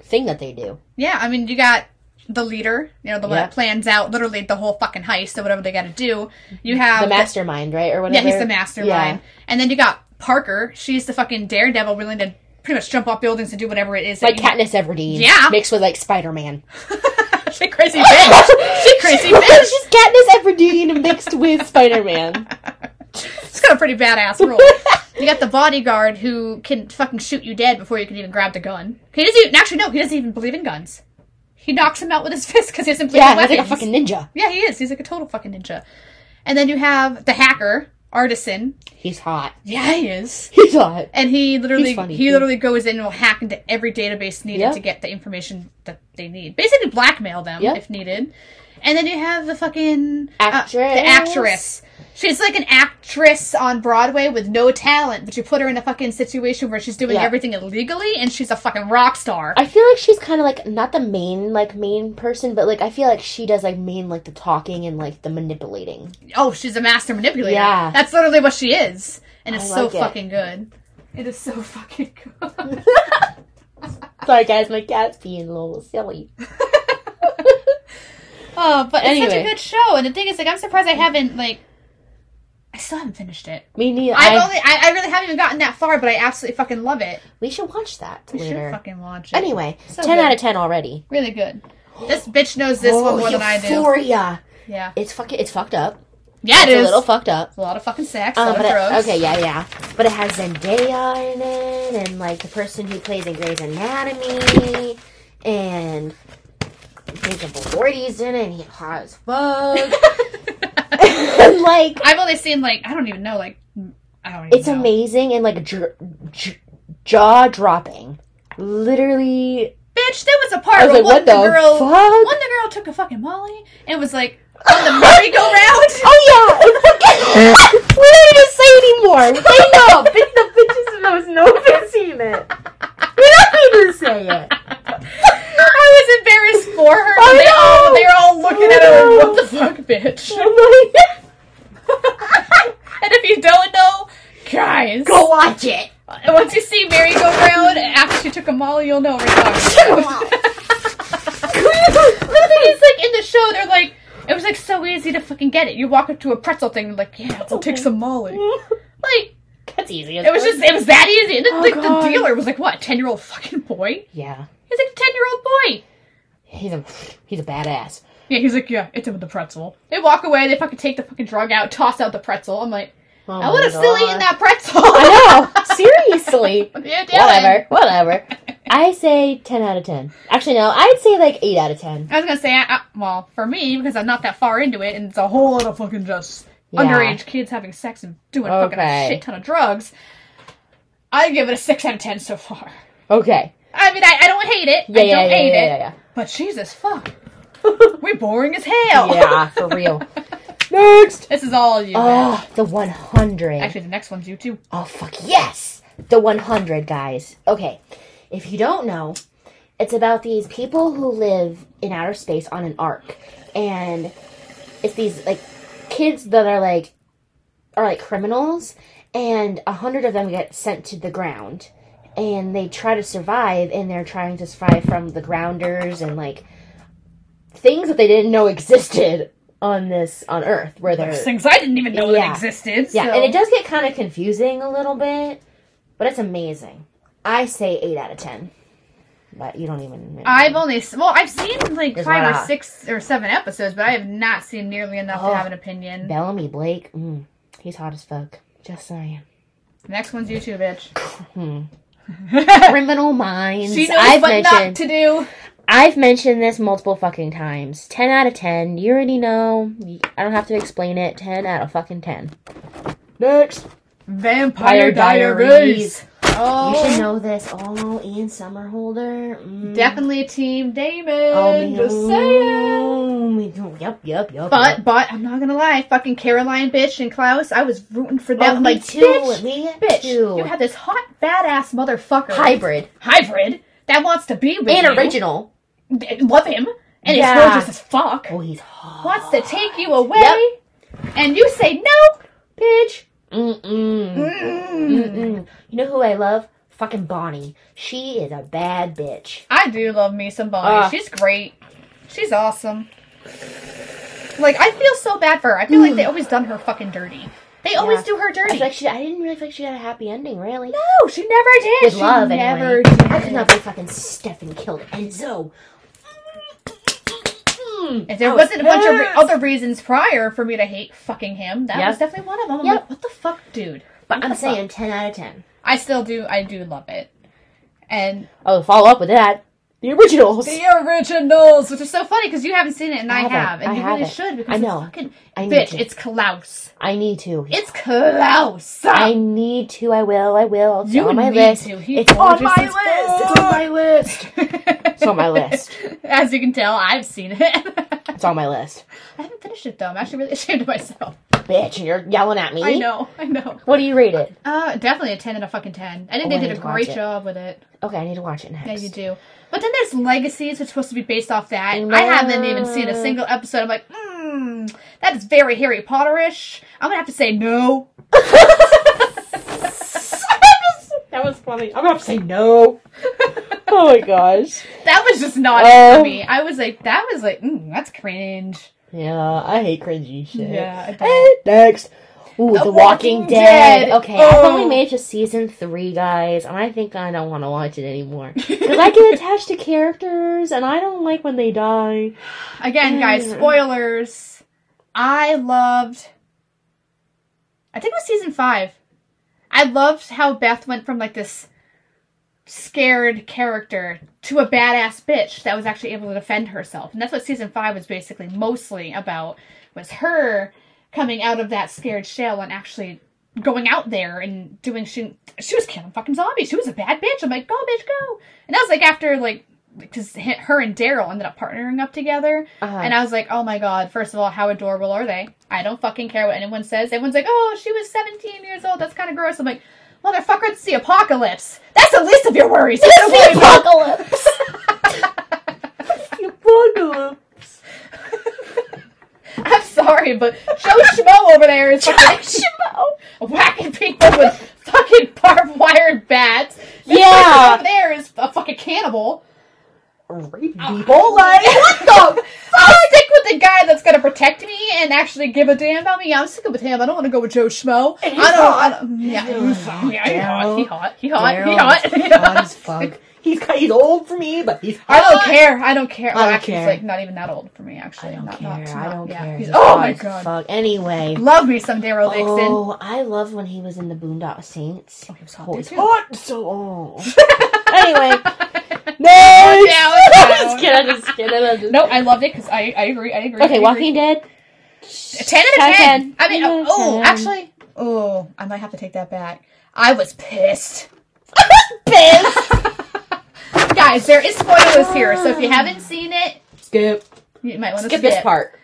A: thing that they do.
B: Yeah, I mean, you got the leader, you know, the one
A: Yeah.
B: that plans out literally the whole fucking heist or whatever they got to do. You have
A: The mastermind, right, or
B: Yeah,
A: whatever.
B: he's the mastermind. And then you got Parker. She's the fucking daredevil, willing to pretty much jump off buildings and do whatever it is. that
A: Like
B: you-
A: Katniss Everdeen,
B: Yeah.
A: mixed with like Spider Man.
B: she crazy bitch. She crazy bitch.
A: She's Katniss Everdeen mixed with Spider Man.
B: She's got a pretty badass role. You got the bodyguard who can fucking shoot you dead before you can even grab the gun. He doesn't even, actually no, he doesn't even believe in guns. He knocks him out with his fist because he doesn't believe
A: Yeah,
B: in
A: he's
B: weapons.
A: like a fucking ninja.
B: Yeah, he is. He's like a total fucking ninja. And then you have the hacker, artisan.
A: He's hot.
B: Yeah, he is.
A: He's hot.
B: And he literally
A: He's funny,
B: he
A: too.
B: literally goes in and will hack into every database needed
A: Yep.
B: to get the information that they need. Basically blackmail them
A: Yep.
B: if needed. And then you have the fucking uh,
A: Actress.
B: the actress. She's like an actress on Broadway with no talent, but you put her in a fucking situation where she's doing
A: Yeah.
B: everything illegally and she's a fucking rock star.
A: I feel like she's kind of like not the main like main person, but like I feel like she does like main like the talking and like the manipulating.
B: oh, she's a master manipulator.
A: Yeah.
B: That's literally what she is. And it's
A: I
B: so
A: like it.
B: fucking good. It is so fucking good.
A: Sorry guys, my cat's being a little silly.
B: oh, but it's such
A: Anyway.
B: a good show. And the thing is, like, I'm surprised I haven't, like, I still haven't finished it.
A: Me neither.
B: I've
A: I,
B: only, I, I really haven't even gotten that far, but I absolutely fucking love it.
A: we should watch that
B: You should
A: later.
B: fucking watch it.
A: Anyway,
B: So
A: ten
B: good.
A: out of ten already.
B: Really good. This bitch knows
A: Oh,
B: this one more than I do.
A: Euphoria.
B: Yeah.
A: It's fucking. It's fucked up.
B: Yeah, it
A: it's
B: is.
A: a little fucked up.
B: a lot of fucking sex, a
A: Um,
B: lot
A: but
B: of
A: it-
B: drugs.
A: okay, yeah, yeah. But it has Zendaya in it, and like the person who plays in Grey's Anatomy, and Jacob Elordi's in it. And he's hot as fuck. and like,
B: I've only seen like I don't even know like I don't even
A: it's
B: know.
A: amazing and like j- j- jaw dropping. Literally,
B: Bitch, there was a
A: I
B: part
A: was
B: where
A: like,
B: one
A: what
B: the
A: the
B: girl
A: fuck?
B: one the girl took a fucking Molly and was like on the merry-go-round.
A: Oh yeah, and fucking. we don't even say anymore. Wake up! It's the bitches knows no offense unit. We don't need to say it.
B: I was embarrassed for her.
A: I
B: they all
A: know.
B: they're all looking at her like, what the fuck, bitch.
A: I'm like,
B: and if you don't know, guys,
A: go watch it.
B: once you see merry-go-round after she took a Molly, you'll know what we're talking about. the thing is, like in the show, they're like, it was like so easy to fucking get it. You walk up to a pretzel thing, and like, yeah, I'll take some Molly. Like
A: That's easy.
B: it was just, it was that easy. And then like
A: oh God.
B: the dealer was like, what, ten year old fucking boy?
A: yeah.
B: He's like a ten year old boy.
A: He's a he's a badass.
B: Yeah, he's like, yeah, it's him with the pretzel. They walk away. They fucking take the fucking drug out, toss out the pretzel. I'm like,
A: Oh
B: I would have still eaten that pretzel.
A: I know. Seriously.
B: yeah, Dylan.
A: whatever. Whatever. I say ten out of ten. Actually, no. I'd say like eight out of ten.
B: I was gonna say, I, I, well, for me because I'm not that far into it, and it's a whole lot of fucking just
A: Yeah.
B: underage kids having sex and doing fucking a
A: Okay.
B: shit ton of drugs. I give it a six out of ten so far.
A: Okay.
B: I mean, I, I don't hate it.
A: Yeah,
B: I
A: yeah,
B: don't
A: yeah,
B: hate
A: yeah,
B: it.
A: yeah, yeah.
B: But Jesus fuck, we boring as hell.
A: Yeah, for real. Next.
B: this is all you. man.
A: Oh, the one hundred.
B: Actually, the next one's you too.
A: Oh, fuck yes! The 100, guys. Okay, if you don't know, it's about these people who live in outer space on an ark. And it's these, like, kids that are, like, are, like, criminals. And a hundred of them get sent to the ground. And they try to survive, and they're trying to survive from the grounders and, like, things that they didn't know existed on this, on Earth, where they're
B: Things I didn't even know that
A: Uh, Yeah.
B: existed.
A: yeah,
B: so-
A: and it does get kind of confusing a little bit, but it's amazing. I say eight out of ten, but you don't even.
B: I've only s- well, I've seen like
A: There's
B: five
A: a
B: or
A: lot.
B: six or seven episodes, but I have not seen nearly enough
A: Oh.
B: to have an opinion.
A: Bellamy Blake. Mm, he's hot as fuck. Just saying.
B: The next one's you too, bitch.
A: Criminal Minds.
B: Hmm. She knows
A: I've
B: what
A: mentioned.
B: not to do.
A: I've mentioned this multiple fucking times. Ten out of ten. You already know. I don't have to explain it. Ten out of fucking ten. Next.
B: Vampire
A: Diaries.
B: Diaries. Oh,
A: You should know this. Oh, Ian Summerholder. Mm.
B: definitely Team Damon.
A: Oh, man.
B: Just saying.
A: Oh, man. Yep, yep, yep.
B: But
A: yep.
B: but I'm not gonna lie, fucking Caroline bitch and Klaus, I was rooting for
A: Oh,
B: them. I'm
A: me
B: like,
A: too.
B: bitch,
A: me
B: bitch,
A: too.
B: you have this hot badass motherfucker
A: hybrid
B: hybrid that wants to be with
A: and
B: you.
A: original.
B: love him, and he's
A: Yeah.
B: gorgeous as fuck.
A: Oh, he's hot.
B: Wants to take you away, and you say no, bitch.
A: Mm-mm.
B: Mm.
A: Mm-mm. You know who I love? Fucking Bonnie. She is a bad bitch.
B: I do love me some Bonnie.
A: Ah.
B: She's great. She's awesome. Like I feel so bad for her. I feel like they always done her fucking dirty. They always
A: Yeah.
B: do her
A: I,
B: dirty.
A: feel like she, I didn't really feel like she got a happy ending, really.
B: no, she never did.
A: With
B: she
A: love,
B: never
A: anyway.
B: did.
A: I could not believe fucking Stefan killed Enzo.
B: If there
A: I was
B: wasn't a bunch of re-
A: pissed.
B: other reasons prior for me to hate fucking him, that
A: Yep.
B: was definitely one of them. I'm
A: Yep.
B: like, what the fuck, dude?
A: But I'm
B: the fuck?
A: saying 10 out of 10.
B: I still do. I do love it. And
A: Oh, follow up with that. The originals.
B: the originals, which is so funny because you haven't seen it and I,
A: haven't.
B: have, and
A: I
B: you really
A: haven't.
B: should because
A: I know.
B: it's fucking
A: I need
B: bitch.
A: to.
B: It's Klaus.
A: I need to.
B: It's Klaus.
A: I need to. I will. I will. It's
B: Uh, You
A: on my
B: need
A: list.
B: to. He's
A: It's on
B: gorgeous
A: my
B: as
A: list. It's on my list. It's on my list.
B: As you can tell, I've seen it.
A: It's on my list.
B: I haven't finished it though. I'm actually really ashamed of myself.
A: Bitch, and you're yelling at me.
B: I know. I know.
A: What do you rate it?
B: Uh, definitely a ten and a fucking ten. I think
A: Oh, I
B: they
A: need
B: did a
A: to watch
B: great
A: it.
B: job with it.
A: Okay, I need to watch it next.
B: Yeah, you do. But then there's Legacies, which is supposed to be based off that.
A: I
B: I haven't even
A: know.
B: seen a single episode. I'm like, hmm, that is very Harry Potterish. I'm gonna have to say no.
A: That was funny. I'm gonna say no. oh my gosh.
B: That was just not it
A: Oh.
B: for me. I was like, that was like, mm, that's cringe.
A: Yeah, I hate cringy shit.
B: Yeah, I
A: Eh, Next. Ooh, The, Walking,
B: Walking
A: Dead.
B: Dead.
A: Okay, I've only
B: Oh.
A: made it to season three, guys, and I think I don't want to watch it anymore because I get attached to characters, and I don't like when they die.
B: Again, guys,
A: Mm.
B: spoilers. I loved. I think it was season five. I loved how Beth went from like this scared character to a badass bitch that was actually able to defend herself. And that's what season five was basically mostly about was her coming out of that scared shell and actually going out there and doing she she was killing fucking zombies. She was a bad bitch. I'm like, go bitch, go. And that was like after like because her and Daryl ended up partnering up together.
A: Uh-huh.
B: And I was like, oh my god, first of all, how adorable are they? I don't fucking care what anyone says. Everyone's like, oh, she was 17 years old. That's kind of gross. I'm like, motherfucker, it's the apocalypse. That's the least of your worries. You don't worry about-
A: apocalypse. apocalypse.
B: I'm sorry, but Joe Schmo over there is fucking whacking people with fucking barbed wire bats. This person
A: Yeah.
B: over there is a fucking cannibal.
A: Rape people like
B: what the? I'll stick with the guy that's gonna protect me and actually give a damn about me. I'm sticking with him. I don't want to go with Joe Schmo. I don't. I don't yeah, he's hot. Yeah, he hot. He hot. He hot. He hot. He
A: Hot
B: hot.
A: as fuck. He's he's old for me, but he's
B: I don't
A: hot.
B: care. I don't care. I
A: don't
B: actually,
A: care.
B: It's like not even that old for me. Actually,
A: Oh, I don't
B: not,
A: care.
B: Not,
A: I don't
B: yeah.
A: care.
B: He's-
A: He's
B: oh
A: hot
B: my
A: as
B: god.
A: Fuck. Anyway.
B: Love me some Daryl Dixon.
A: Oh, I loved when he was in the Boondock Saints.
B: he was hot
A: Oh,
B: there
A: he's
B: too.
A: hot. So old. anyway. Next.
B: down,
A: I'm
B: down.
A: just kidding. I'm just kidding. I'm just-
B: No, I loved it because I, I agree. I agree.
A: Okay, Walking Dead.
B: Dead. 10 out
A: Ten,
B: of 10.
A: ten.
B: I mean,
A: Ten,
B: oh, oh,
A: ten.
B: actually, oh, I might have to take that back. I was pissed.
A: Biz.
B: Guys, there is spoilers here, so if you haven't seen it,
A: Skip.
B: you might want to
A: Skip this part.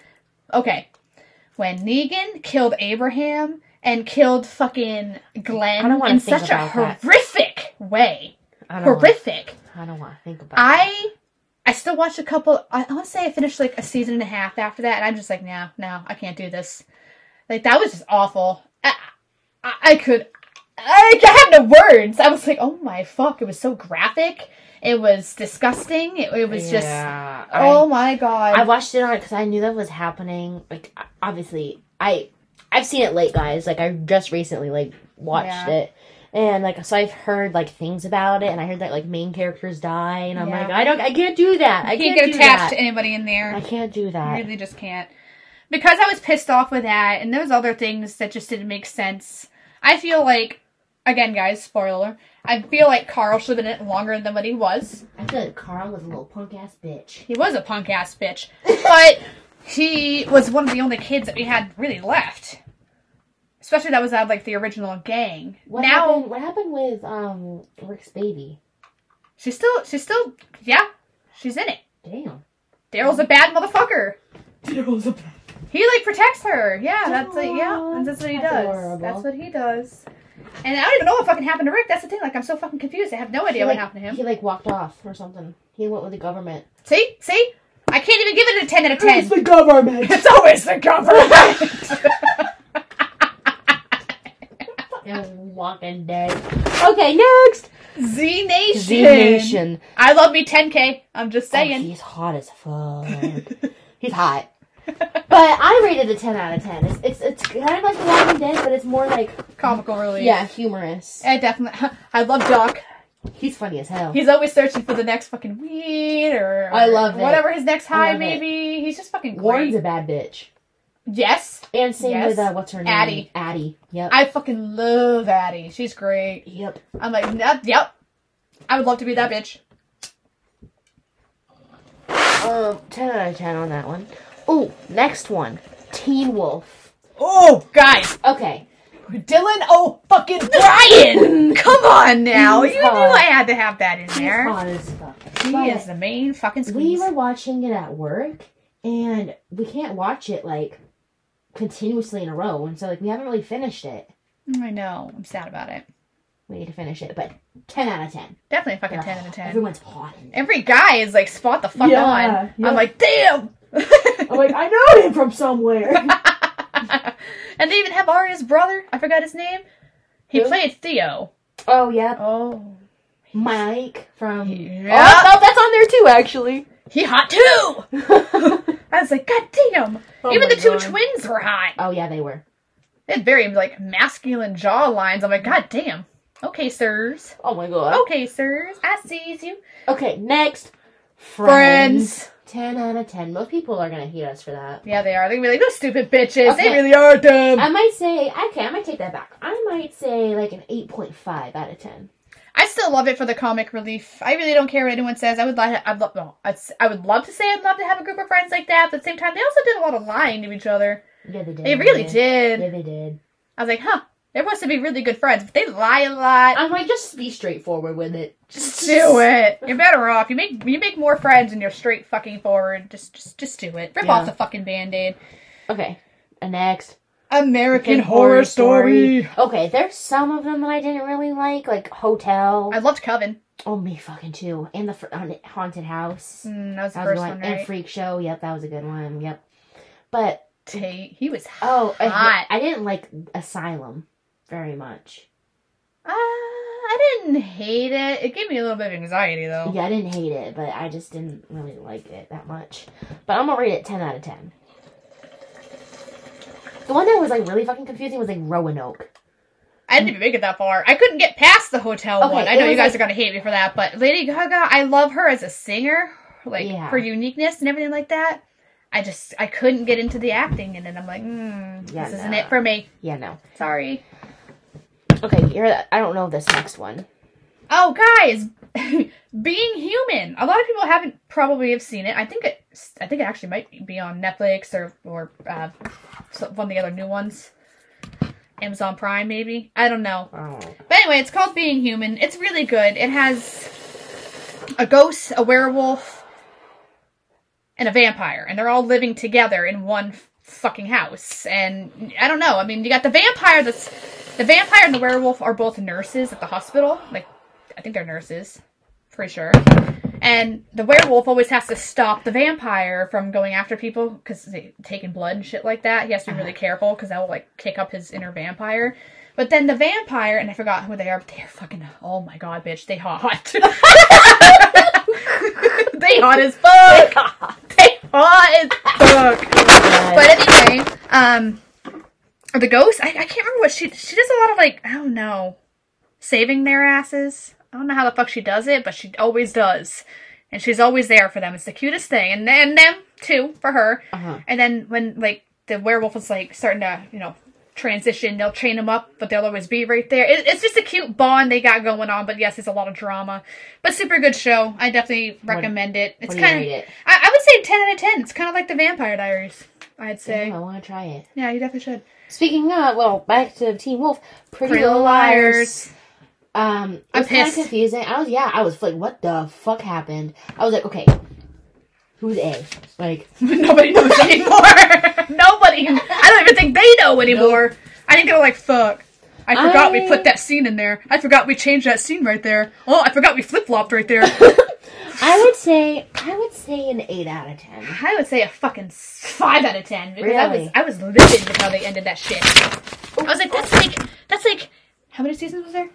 B: Okay. When Negan killed Abraham and killed fucking Glenn
A: I don't wanna
B: in
A: think
B: such a
A: about that.
B: horrific way.
A: I don't want,
B: Horrific.
A: I don't want to think about it.
B: I I still watched a couple. I want to say I finished like a season and a half after that, and I'm just like, no, no, I can't do this. Like that was just awful. I I, I could. I, I had no words. I was like, oh my fuck! It was so graphic. It was disgusting. It, it was just.
A: Yeah, I-
B: Oh my
A: I
B: god.
A: watched it on because I knew that was happening. Like I- obviously, I I've seen it late, guys. Like I just recently like watched
B: Yeah.
A: it, and like so I've heard like things about it, and I heard that like main characters die, and I'm
B: Yeah.
A: like, I don't, I can't do that. I
B: I can't
A: can't, do
B: get attached to
A: That.
B: anybody in there.
A: I can't do
B: I
A: that.
B: really just can't. Because I was pissed off with that, and those other things that just didn't make sense. I feel like, again, guys, spoiler. I feel like Carl should have been in it longer than what he was.
A: I feel like Carl was a little punk ass bitch.
B: He was a punk ass bitch, but he was one of the only kids that we had really left. Especially that was out of like the original gang.
A: What
B: now
A: happened, what happened with um Rick's baby?
B: she's still she's still yeah, she's in it.
A: Damn.
B: Daryl's a bad motherfucker.
D: Daryl's a bad.
B: He like protects her. Yeah, that's like yeah,
A: Aw,
B: that's what he
A: that's
B: does.
A: adorable.
B: That's what he does. And I don't even know what fucking happened to Rick. That's the thing. Like I'm so fucking confused. I have no idea
A: he,
B: what
A: like,
B: happened to him.
A: He like walked off or something. He went with the government.
B: see, see, I can't even give it a ten out of ten.
A: the government.
B: It's always the government.
A: and Walking Dead. Okay, next.
B: Z Nation.
A: Z Nation.
B: I love me 10K. I'm just
A: Oh,
B: saying.
A: he's hot as fuck. he's hot. But I rated a ten out of ten. It's it's, it's kind of like The Walking Dead, but it's more like
B: Comical relief.
A: yeah, humorous.
B: I definitely. I love Doc.
A: He's funny as hell.
B: He's always searching for the next fucking weed or
A: I love it.
B: whatever his next
A: I
B: high
A: love
B: may be. He's just fucking
A: Warren's
B: great.
A: a bad bitch.
B: Yes,
A: And same
B: Yes.
A: with uh, what's her name?
B: Addie.
A: Addie. Yep.
B: I fucking love Addie. She's great.
A: yep.
B: I'm like, nah, yep. I would love to be that bitch.
A: Um, ten out of ten on that one. Oh, next one, Teen Wolf.
B: Oh, guys,
A: Okay.
B: Dylan. Oh, fucking Brian. Come on now.
A: He's
B: you knew
A: hot.
B: I had to have that in
A: He's
B: there.
A: hot as fuck.
B: He
A: But-
B: is the main fucking
A: we
B: squeeze.
A: were watching it at work and we can't watch it like continuously in a row and so like we haven't really finished it
B: I know. I'm sad about it.
A: we need to finish it but 10 out of 10
B: Definitely fucking ten out of ten.
A: everyone's hot in it.
B: Every guy is like spot the fuck
A: Yeah,
B: on.
A: yeah.
B: I'm like, damn.
A: i'm like i know him from somewhere
B: and they even have Arya's brother. I forgot his name. He
A: Who?
B: played Theo.
A: oh yeah
B: Oh,
A: mike from
B: Yeah.
A: oh no, that's on there too actually
B: he hot too. I was like, god damn.
A: Oh
B: even
A: my
B: the two
A: God.
B: twins were hot.
A: oh yeah they were
B: They had very like masculine jaw lines. I'm like, god damn. Okay, sirs.
A: oh my god
B: Okay, sirs. I sees you.
A: okay next
B: Oh. Friends.
A: 10 out of 10 most people are gonna hate us for that
B: Yeah, they are. They're gonna be like, those stupid bitches. They
A: Okay.
B: really are dumb.
A: i might say okay i might take that back i might say like an 8.5 out of 10
B: I still love it for the comic relief. I really don't care what anyone says. I would like, I'd love, no, I'd, s- I would love to say I'd love to have a group of friends like that. But at the same time, they also did a lot of lying to each other.
A: yeah they did
B: They really
A: yeah
B: did.
A: they did
B: I was like, huh, they're supposed to be really good friends, but they lie a lot.
A: I'm like, just be straightforward with it. Just
B: Do it. You're better off. You make you make more friends and you're straight fucking forward. Just just just do it. Rip
A: Yeah.
B: off the fucking band-aid.
A: Okay. And next,
B: American
A: Okay, there's some of them that I didn't really like, like Hotel.
B: I loved Coven.
A: oh, me fucking too. And the fr- haunted- haunted house.
B: Mm, that was the
A: That was
B: first
A: a good
B: one,
A: one. And
B: right?
A: Freak Show. Yep, that was a good one. Yep. But
B: Tate, he was uh, hot.
A: oh, I,
B: Hot.
A: I didn't like Asylum very much.
B: Uh, I didn't hate it. It gave me a little bit of anxiety though.
A: Yeah, I didn't hate it, but I just didn't really like it that much. But I'm gonna rate it 10 out of 10. The one that was like really fucking confusing was like Roanoke.
B: I didn't even make it that far. I couldn't get past the hotel
A: Okay,
B: one. I
A: it
B: know you
A: was
B: guys
A: like-
B: are gonna hate me for that, but Lady Gaga, I love her as a singer, like
A: Yeah.
B: her uniqueness and everything like that. I just I couldn't get into the acting, and then I'm like, mm,
A: Yeah,
B: this isn't
A: no.
B: it for me.
A: Yeah, no.
B: Sorry.
A: Okay, here. I don't know this next one.
B: Oh, guys, being human. A lot of people haven't probably have seen it. I think it. I think it actually might be on Netflix or or uh, so- one of the other new ones. Amazon Prime, maybe. I don't know.
A: Oh,
B: But anyway, it's called Being Human. It's really good. It has a ghost, a werewolf, and a vampire, and they're all living together in one f- fucking house. And I don't know. I mean, you got the vampire that's the vampire and the werewolf are both nurses at the hospital. Like, I think they're nurses, pretty sure. And the werewolf always has to stop the vampire from going after people because they taking blood and shit like that. He has to be really careful because that will like kick up his inner vampire. But then the vampire and I forgot who they are. But they're fucking oh my god, bitch, they hot. they hot as fuck. They hot as fuck. But anyway, um, the ghost. I, I can't remember what she she does a lot of like I don't know, saving their asses. I don't know how the fuck she does it, but she always does, and she's always there for them. It's the cutest thing, and and them too for her.
A: Uh-huh.
B: And then when like the werewolf is like starting to you know transition, they'll chain them up, but they'll always be right there. It, it's just a cute bond they got going on. But yes, it's a lot of drama, but super good show. I definitely recommend it. It's
A: do you
B: kind
A: rate
B: of
A: it?
B: I, I would say ten out of ten. It's kind of like the Vampire Diaries. I'd say.
A: I want to try it.
B: Yeah, you definitely should.
A: Speaking of, well, back to Teen Wolf. Pretty, Little Liars. Um, it
B: I'm
A: was kind of
B: pissed.
A: confusing. I was, yeah, I was like, what the fuck happened? I was like, okay, who's A? Like,
B: Nobody knows anymore. Nobody. I don't even think they know anymore. I think they're like, fuck. I forgot
A: I-
B: we put that scene in there. I forgot we changed that scene right there. Oh, I forgot we flip flopped right there.
A: I would say, I would say an eight out of ten.
B: I would say a fucking five out of ten because I was
A: Really?
B: I was livid with how they ended that shit. I was like, that's like that's like how many seasons was there?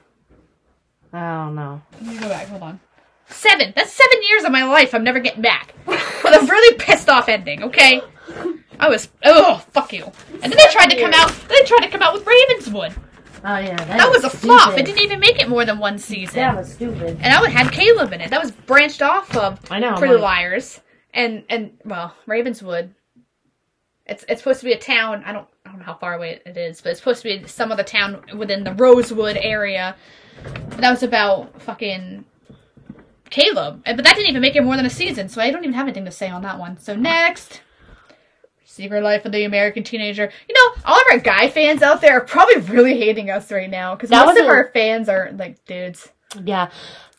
A: I don't know.
B: Let me go back. Hold on. Seven. That's seven years of my life I'm never getting back. With a really pissed off ending. Okay. I was oh fuck you. And then they tried to come out. Then they tried to come out with Ravenswood.
A: Oh yeah, that,
B: That was a flop. It
A: stupid.
B: didn't even make it more than one season.
A: That was stupid.
B: And I would had Caleb in it. That was branched off of
A: I know,
B: Pretty
A: like-
B: Liars and and well Ravenswood. It's it's supposed to be a town. I don't I don't know how far away it is, but it's supposed to be some other town within the Rosewood area. But that was about fucking Caleb, And- but that didn't even make it more than a season. So I don't even have anything to say on that one. So next. Secret Life of the American Teenager. You know, all of our guy fans out there are probably really hating us right now because
A: That
B: most
A: was
B: of
A: a-
B: our fans are like dudes.
A: Yeah,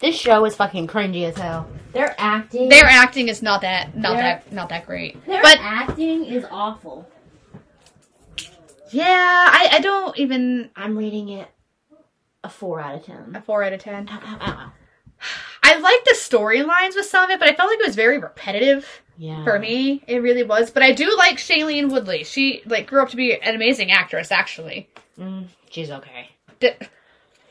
A: this show is fucking cringy as hell. Their acting,
B: Their acting is not that not
A: Their-
B: that not that great.
A: their
B: But
A: acting is awful.
B: yeah, I, I don't even
A: I'm rating it a four out of ten.
B: a four out of ten.
A: Ow, ow, ow, ow.
B: I like the storylines with some of it, but I felt like it was very repetitive
A: Yeah,
B: for me. It really was. But I do like Shailene Woodley. She like grew up to be an amazing actress, actually.
A: Mm, she's okay.
B: D-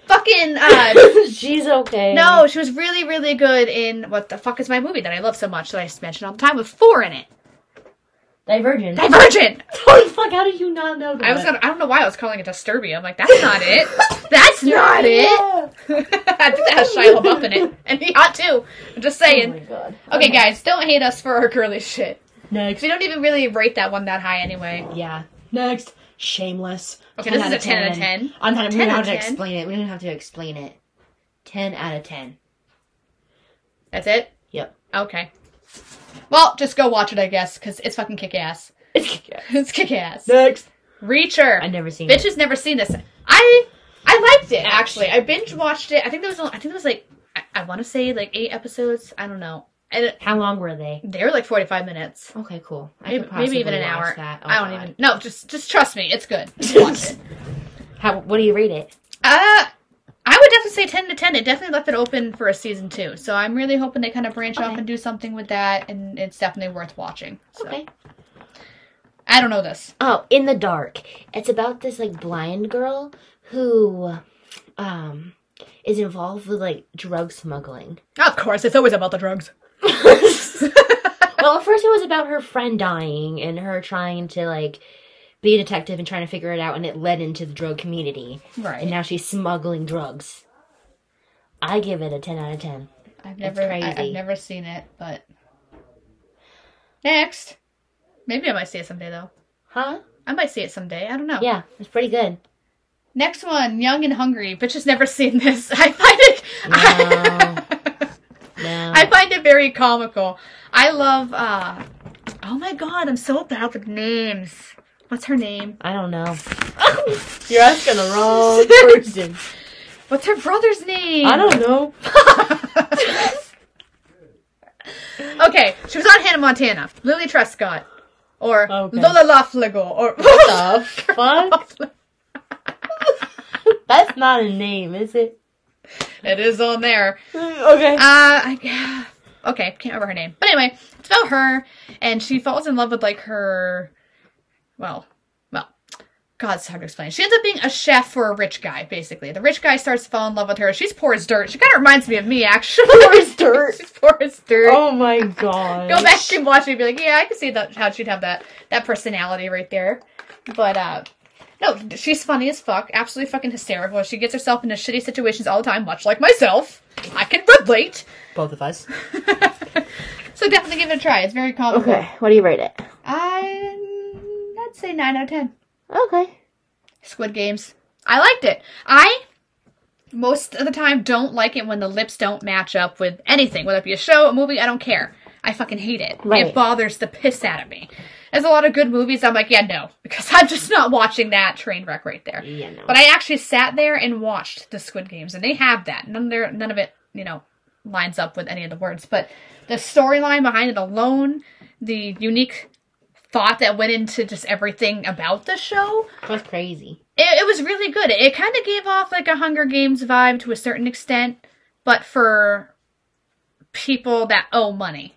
B: fucking uh
A: she's okay.
B: No, she was really, really good in what the fuck is my movie that I love so much that I just mention all the time with four in it.
A: Divergent.
B: Divergent.
A: Holy fuck! How did you not know that?
B: I was gonna, I don't know why I was calling it Disturbia. I'm like, that's not it. That's not it.
A: Yeah.
B: I think that has Shia LaBeouf in it, and he ought to. I'm just
A: Oh my
B: saying.
A: god.
B: okay, guys, don't hate us for our girly shit.
A: Next.
B: We don't even really rate that one that high anyway.
A: Yeah. Next. Shameless.
B: Okay, this is a 10 out of 10.
A: I'm not. We
B: 10
A: don't
B: out
A: have
B: of
A: to
B: 10.
A: explain it. We don't have to explain it. Ten out of ten.
B: That's it.
A: Yep.
B: Okay. Well, just go watch it, I guess, because it's fucking kick ass. it's kick ass.
A: Next.
B: Reacher.
A: I never seen it.
B: Bitches never seen this. I I liked it actually. I binge watched it. I think there was I think there was like I, I want to say like eight episodes. I don't know. And
A: How long were they?
B: they were like forty five minutes.
A: Okay, cool. I
B: Maybe,
A: could
B: maybe even
A: possibly
B: an
A: watch
B: hour.
A: That. Oh,
B: I don't
A: God.
B: even. No, just just trust me. It's good. Watch it.
A: How? What do you rate it?
B: Uh, I would definitely say 10 to 10. It definitely left it open for a season two. So I'm really hoping they kind of branch off
A: Okay.
B: and do something with that. And it's definitely worth watching. So.
A: Okay.
B: I don't know this.
A: Oh, in the dark. It's about this like blind girl who, um, is involved with like drug smuggling.
B: Of course, it's always about the drugs.
A: well, at first it was about her friend dying and her trying to like be a detective and trying to figure it out, and it led into the drug community.
B: Right.
A: And now she's smuggling drugs. I give it a ten out of ten.
B: I've
A: It's
B: never, I,
A: crazy.
B: have never seen it, but next, maybe I might see it someday though.
A: Huh?
B: I might see it someday. I don't know.
A: Yeah, it's pretty good.
B: Next one, Young and Hungry. Bitches never seen this. I find it. I-
A: No.
B: I find it very comical. I love. uh Oh my god, I'm so bad with names. What's her name?
A: I don't know. You're asking the wrong person.
B: What's her brother's name?
A: I don't know.
B: okay, she was on Hannah Montana. Lily Trescott. Or
A: Okay.
B: Lola Lofligo. Or
A: the fuck? That's not a name, is it? Ah,
B: It is on there.
A: Okay.
B: Uh, I, okay, I can't remember her name. But anyway, it's about her, and she falls in love with like her. Well, well, God, it's hard to explain. She ends up being a chef for a rich guy, basically. The rich guy starts to fall in love with her. She's poor as dirt. She kind of reminds me of me, actually.
A: Poor as dirt.
B: She's poor as dirt.
A: Oh my god.
B: Go back and watch it and be like, yeah, I can see that how she'd have that that personality right there. But uh no, she's funny as fuck, absolutely fucking hysterical. She gets herself into shitty situations all the time, much like myself. I can relate.
A: Both of us.
B: So definitely give it a try. It's very comical.
A: Okay, what do you rate it?
B: I, I'd say 9 out of 10.
A: Okay.
B: Squid Games. I liked it. I, most of the time, don't like it when the lips don't match up with anything, whether it be a show, a movie, I don't care. I fucking hate it.
A: Right.
B: It bothers the piss out of me. There's a lot of good movies. I'm like, yeah, no, because I'm just not watching that train wreck right there.
A: Yeah, no.
B: But I actually sat there and watched the Squid Games, and they have that. None of their, none of it, you know, lines up with any of the words, but the storyline behind it alone, the unique thought that went into just everything about the show,
A: That's crazy.
B: it, it was really good. It, kind of gave off like a Hunger Games vibe to a certain extent, but for people that owe money.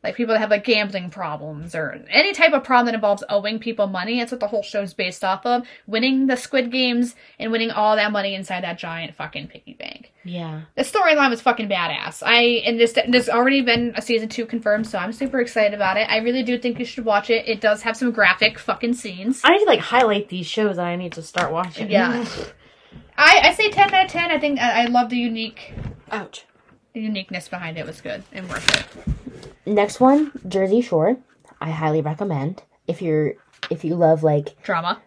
B: Like people that have like gambling problems or any type of problem that involves owing people money. That's what the whole show's based off of. Winning the Squid Games and winning all that money inside that giant fucking piggy bank.
A: Yeah.
B: The storyline was fucking badass. I and this there's already been a season two confirmed, so I'm super excited about it. I really do think you should watch it. It does have some graphic fucking scenes.
A: I need to like highlight these shows that I need to start watching.
B: Yeah. I, I say ten out of ten. I think I, I love the unique
A: Ouch.
B: the uniqueness behind it was good and worth it.
A: Next one, Jersey Shore. I highly recommend if you're if you love like
B: Drama.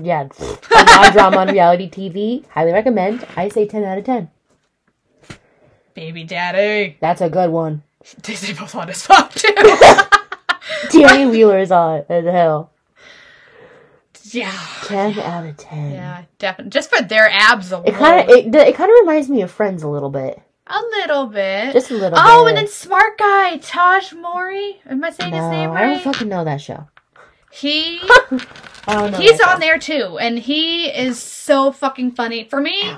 A: yeah a lot of drama on reality TV. Highly recommend. I say ten out of ten.
B: Baby daddy.
A: That's a good one.
B: Disney both on as fuck too.
A: Terry Wheeler is on as hell.
B: yeah.
A: Ten out of ten.
B: Yeah, definitely. Just for their abs alone.
A: It kind of it, it kind of reminds me of Friends a little bit,
B: a little bit.
A: just a little.
B: oh,
A: bit.
B: and then smart guy, Taj Mori. Am I saying his name
A: no,
B: right?
A: I don't fucking know that show.
B: He
A: I don't know.
B: he's
A: that
B: on there too, and he is so fucking funny. For me,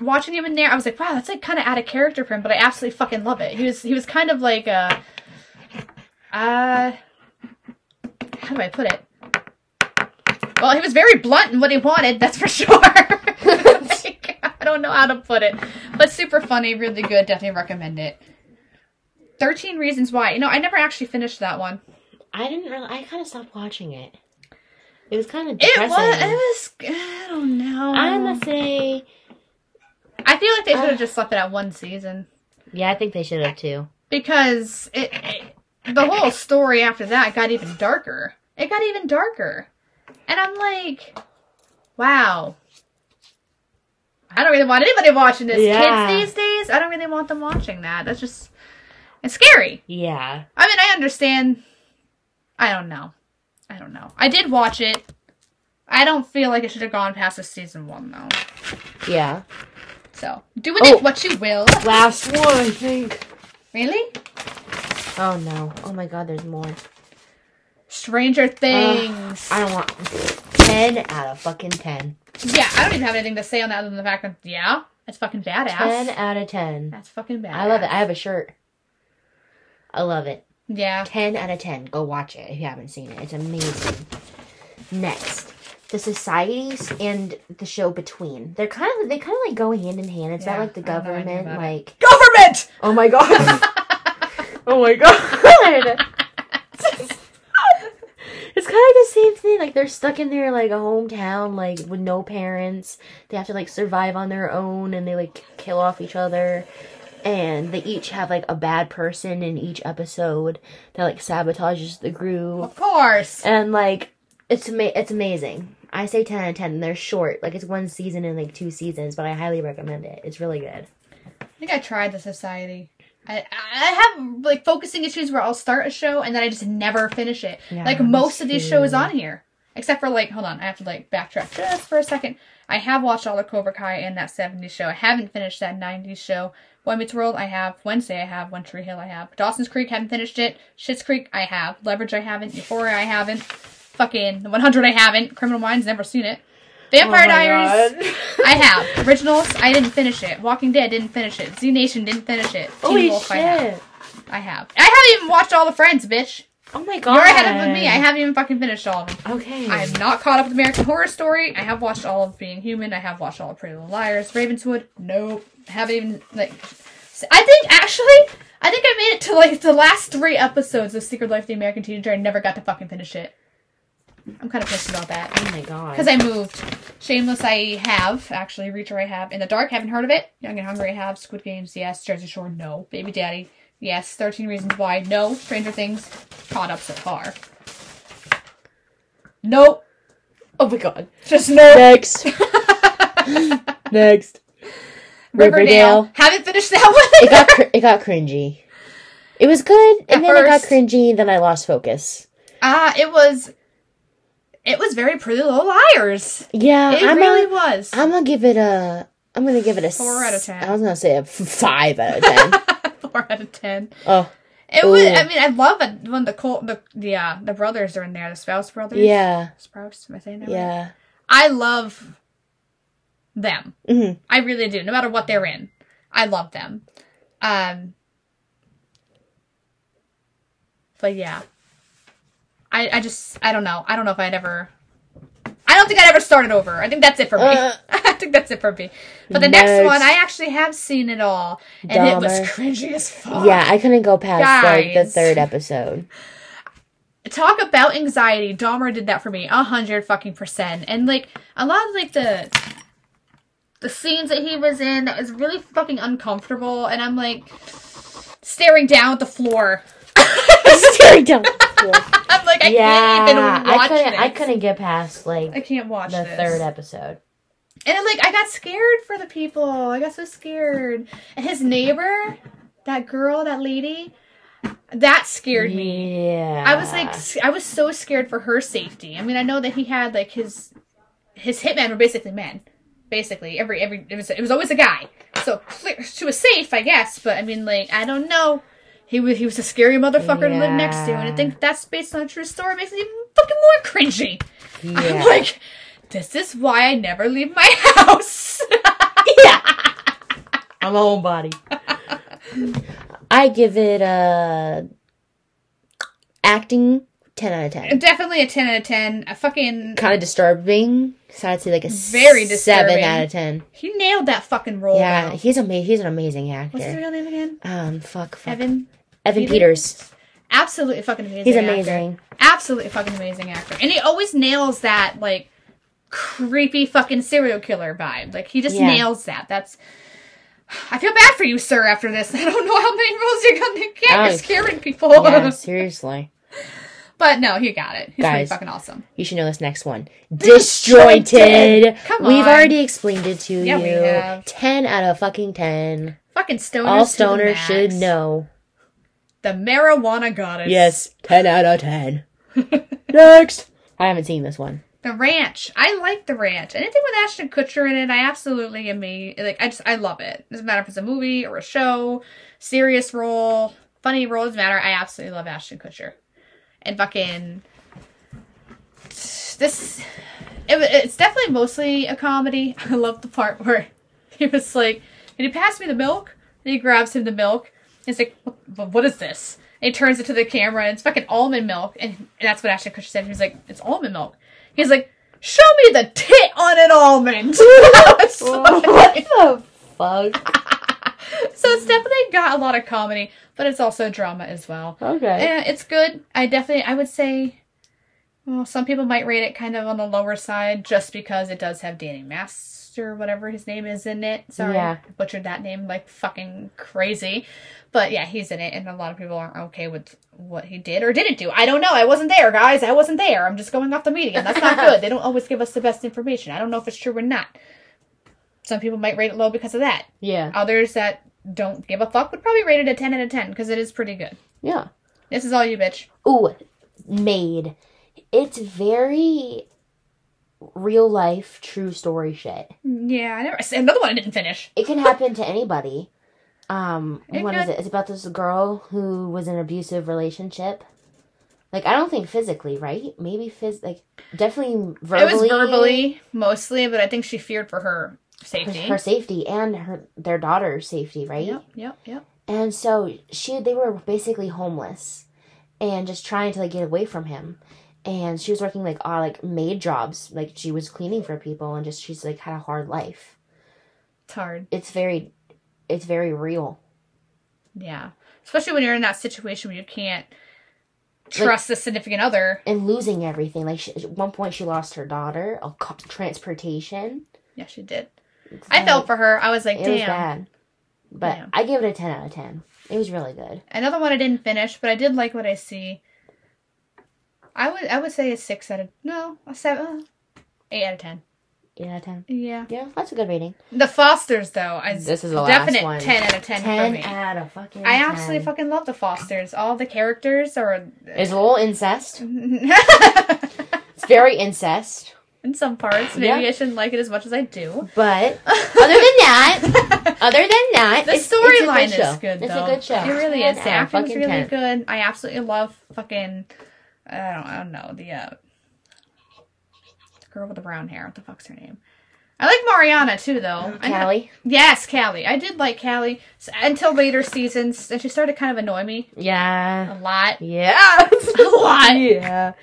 B: watching him in there, I was like, wow, that's like kind of out of character for him, but I absolutely fucking love it. He was he was kind of like a, uh, how do I put it? Well, he was very blunt in what he wanted, that's for sure. Like, I don't know how to put it, but super funny, really good. Definitely recommend it. Thirteen Reasons Why. You know, I never actually finished that one.
A: show. I didn't really. I kind of stopped watching it. It was kind of
B: It
A: depressing. Um,
B: was. It was. I don't know.
A: I'm gonna say.
B: I feel like they should
A: Ugh.
B: have just left it at one season
A: Yeah, I think they should have too.
B: because it, it- the whole story after that got even darker. It got even darker, and I'm like, wow. I don't really want anybody watching this.
A: Yeah.
B: Kids these days, I don't really want them watching that. That's just it's scary.
A: Yeah.
B: I mean, I understand. I don't know. I don't know. I did watch it. I don't feel like it should have gone past the season one though.
A: Yeah.
B: So do with it
A: Oh.
B: what you will.
A: Last one, I think.
B: Really?
A: Oh no! Oh my God, there's more.
B: Stranger Things.
A: I don't want ten out of fucking ten.
B: yeah, I don't even have anything to say on that other than the fact that yeah, that's fucking badass.
A: Ten out of ten.
B: That's fucking badass.
A: I love it. I have a shirt. I love it.
B: yeah.
A: 10 out of 10. Go watch it if you haven't seen it. It's amazing. Next, The Societies and the show Between. They're kind of they kind of like go hand in hand. It's
B: Yeah,
A: not like the
B: I have no idea
A: government
B: about it.
A: like
B: Government.
A: Oh my god. oh my god. It's kind of the same thing. Like they're stuck in their like hometown, like with no parents. They have to like survive on their own, and they like kill off each other. And they each have like a bad person in each episode that like sabotages the group.
B: Of course.
A: And like it's ama- it's amazing. I say ten out of ten. And they're short. Like it's one season and like two seasons, but I highly recommend it. It's really good.
B: I think I tried the society. I, I have like focusing issues where I'll start a show and then I just never finish it.
A: Yeah,
B: like
A: me
B: most of these shows
A: too.
B: on here, except for like hold on, I have to like backtrack just for a second. I have watched all the Cobra Kai and that '70s show. I haven't finished that '90s show. Boy Meets World, I have. Wednesday, I have. One Tree Hill, I have. Dawson's Creek, haven't finished it. Shit's Creek, I have. Leverage, I haven't. Euphoria, I haven't. Fucking The 100, I haven't. Criminal Minds, never seen it. Vampire
A: Oh my
B: Diaries.
A: God.
B: I have. Originals, I didn't finish it. Walking Dead didn't finish it. Z Nation didn't finish it. Teen
A: Holy
B: Wolf, I have.
A: shit!
B: I have. I haven't even watched all the Friends, bitch.
A: Oh my god!
B: You're ahead of me. I haven't even fucking finished all of them.
A: Okay.
B: I'm not caught up with American Horror Story. I have watched all of Being Human. I have watched all of Pretty Little Liars. Ravenswood. Nope. Haven't even like. s- I think actually, I think I made it to like the last three episodes of Secret Life of the American Teenager. I never got to fucking finish it. I'm kind of pissed about that.
A: Oh my god.
B: Because I moved. Shameless, I have. Actually, Reacher, I have. In the Dark, haven't heard of it. Young and Hungry, I have. Squid Games, yes. Jersey Shore, no. Baby Daddy, yes. 13 Reasons Why, no. Stranger Things, caught up so far. Nope.
A: oh my god.
B: Just no.
A: Next. Next. Riverdale.
B: Haven't finished that one.
A: It got cr- it got cringy. It was good, and
B: At
A: then it got
B: first.
A: cringy. Then I lost focus.
B: Uh, it was. It was very Pretty Little Liars.
A: Yeah,
B: It
A: Uh, I'm
B: really
A: a,
B: was.
A: I'm gonna give it a. I'm gonna give it a
B: Four out of
A: s-
B: ten.
A: I was gonna say a f- five out of ten.
B: Four out of ten.
A: oh,
B: It was.
A: Ooh.
B: I mean, I love it when the Col- the the uh, the brothers are in there, the spouse brothers.
A: yeah,
B: Spouse. Am I saying that? right?
A: yeah.
B: I love them.
A: Mhm.
B: I really do. No matter what they're in, I love them. Um, but yeah, I I just I don't know. I don't know if I'd ever. I don't think I'd ever start it over. I think that's it for me.
A: Uh.
B: I think that's it for me. But the next,
A: Next.
B: one, I actually have seen it all, and it was
A: Dahmer.
B: cringy as fuck.
A: Yeah, I couldn't go past like the
B: Guys.
A: third episode.
B: talk about anxiety. Dahmer did that for me a hundred fucking percent. And like a lot of like the the scenes that he was in that was really fucking uncomfortable and I'm like staring down at the floor.
A: Staring down the floor.
B: I'm like, I can't even
A: yeah,
B: watch
A: I couldn't.
B: this.
A: I couldn't get past
B: I
A: like
B: can't watch
A: the
B: this.
A: third episode.
B: And I'm like, I got scared for the people. I got so scared. And his neighbor, that girl, that lady, that scared me.
A: Yeah,
B: I was like, s- I was so scared for her safety. I mean, I know that he had like his his hitmen were basically men, basically every every it was it was always a guy. So clear, she was safe, I guess. But I mean, like I don't know. He was he was a scary motherfucker to live next to, and I
A: Yeah.
B: think that's based on a true story makes it even fucking more cringy.
A: yeah.
B: I'm like, this is why I never leave my house.
A: I'm a homebody. I give it a acting ten out of ten.
B: Definitely a ten out of ten. A fucking
A: Kind of disturbing. So I'd say like a
B: Very
A: seven
B: disturbing.
A: out of ten.
B: he nailed that fucking role.
A: yeah,
B: though.
A: he's amazing. He's an amazing
B: What's his
A: actor.
B: real name again?
A: Um, fuck, fuck. Evan,
B: Evan. Peters?
A: Peters.
B: absolutely fucking amazing.
A: He's
B: actor.
A: amazing.
B: Absolutely fucking amazing actor, and he always nails that like creepy fucking serial killer vibe. Like he just
A: Yeah.
B: nails that. That's. I feel bad for you, sir. After this, I don't know how many roles you're gonna get.
A: Oh,
B: You're scaring people.
A: yeah, seriously.
B: but no, he got it. He's pretty
A: Guys.
B: fucking awesome.
A: You should know this next one. Disjointed.
B: Come
A: We've
B: on.
A: already explained it to
B: Yeah,
A: you.
B: we have.
A: Ten out of fucking ten.
B: Fucking stoners.
A: All
B: to the
A: stoners
B: max.
A: should know.
B: the marijuana goddess.
A: Yes, ten out of ten. next. I haven't seen this one.
B: The Ranch. I like The Ranch. Anything with Ashton Kutcher in it, I absolutely am me. Like, I just, I love it. Doesn't matter if it's a movie or a show, serious role, funny role, doesn't matter. I absolutely love Ashton Kutcher. And fucking. This. It, wa- it's definitely mostly a comedy. I love the part where he was like, Can you pass me the milk? And he grabs him the milk. He's like, "What- What is this? And he turns it to the camera and it's fucking almond milk. And that's what Ashton Kutcher said. He's like, It's almond milk. He's like, show me the tit on an almond. so, funny.
A: the fuck?
B: So it's definitely got a lot of comedy, but it's also drama as well.
A: Okay.
B: Yeah, it's good. I definitely, I would say, well, some people might rate it kind of on the lower side just because it does have Danny Master, whatever his name is, in it. Sorry,
A: Yeah.
B: I butchered that name like fucking crazy. But yeah, he's in it, and a lot of people aren't okay with what he did or didn't do. I don't know. I wasn't there, guys. I wasn't there. I'm just going off the median. That's not good. They don't always give us the best information. I don't know if it's true or not. Some people might rate it low because of that.
A: Yeah.
B: Others that don't give a fuck would probably rate it a 10 out of 10 because it is pretty good.
A: Yeah.
B: This is all you, bitch.
A: Ooh, made. It's very real life, true story shit.
B: Yeah, I never. Another one I didn't finish.
A: It can happen to anybody. Um,
B: It
A: what is
B: could.
A: it? It's about this girl who was in an abusive relationship. Like I don't think physically, right? Maybe phys like definitely verbally.
B: It was verbally mostly, but I think she feared for her safety.
A: her safety and her their daughter's safety, right?
B: yep, yep, yep.
A: And so she they were basically homeless and just trying to like get away from him. And she was working like all like maid jobs, like she was cleaning for people and just she's like had a hard life.
B: It's hard.
A: It's very it's very real.
B: Yeah, especially when you're in that situation where you can't trust the significant other.
A: And losing everything, like she, at one point she lost her daughter, a co- transportation.
B: Yeah, she did. I felt for her. I was like,
A: it was
B: damn.
A: bad. But
B: Damn.
A: I give it a 10 out of 10. It was really good.
B: Another one I didn't finish, but I did like what I see. I would I would say a six out of no a seven, uh, eight out of ten.
A: Eight out of ten.
B: Yeah.
A: Yeah, that's a good rating.
B: The Fosters, though, is
A: This is the last
B: definite
A: one.
B: ten out of ten, for
A: Ten
B: me.
A: out of fucking.
B: I absolutely
A: 10.
B: fucking love the Fosters. All the characters are
A: There's a little incest.
B: in
A: It's very incest,
B: some parts. Maybe
A: Yeah.
B: I shouldn't like it as much as I do.
A: but other than that, other than that,
B: The
A: it's- it's a good
B: storyline
A: show.
B: is good.
A: It's
B: though.
A: a good show.
B: It really
A: Ten
B: is. The
A: out of
B: acting's
A: fucking
B: really
A: 10.
B: good. I absolutely love fucking. I don't. I don't know the. Uh, the girl with the brown hair. What the fuck's her name? I like Mariana too, though. I-
A: Callie.
B: yes, Callie. I did like Callie s- until later seasons, and she started to kind of annoy me
A: Yeah.
B: a lot.
A: Yeah.
B: A lot.
A: yeah.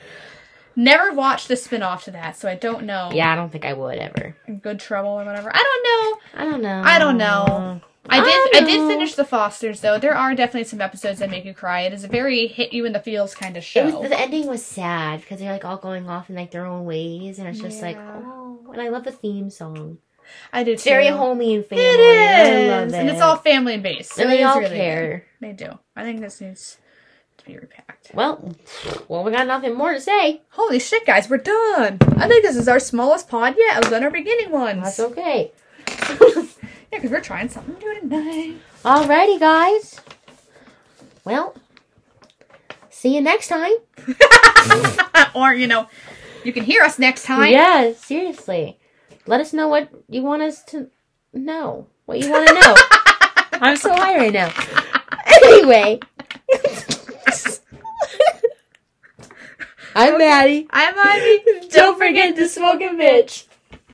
B: Never watched the spin off to that, so I don't know.
A: Yeah, I don't think I would ever.
B: Good Trouble or whatever. I don't know.
A: I don't know.
B: I don't know. I
A: I
B: did. I,
A: don't
B: did
A: know.
B: finish The Fosters though. There are definitely some episodes that make you cry. It is a very hit you in the feels kind of
A: It
B: show.
A: was, the ending was sad because they're like all going off in like their own ways, and it's just like,
B: Yeah.
A: oh. And I love the theme song.
B: I did.
A: It's very
B: too.
A: homey and
B: It
A: family.
B: is,
A: I love it.
B: and it's all family based. so
A: and
B: it
A: they
B: is
A: all
B: really
A: care.
B: good. They do. I think this needs to be repacked.
A: Well, well, we got nothing more to say.
B: Holy shit, guys, we're done. I think this is our smallest pod yet. Other than our beginning ones.
A: That's
B: Yeah,
A: okay.
B: because we're trying something new tonight.
A: Alrighty, guys. Well, see you next time.
B: or you know, you can hear us next time.
A: Yeah, seriously. Let us know what you want us to know. What you want to know. I'm so high right now. Anyway. I'm Maddie.
B: I'm Ivy.
A: Don't forget to smoke a bitch.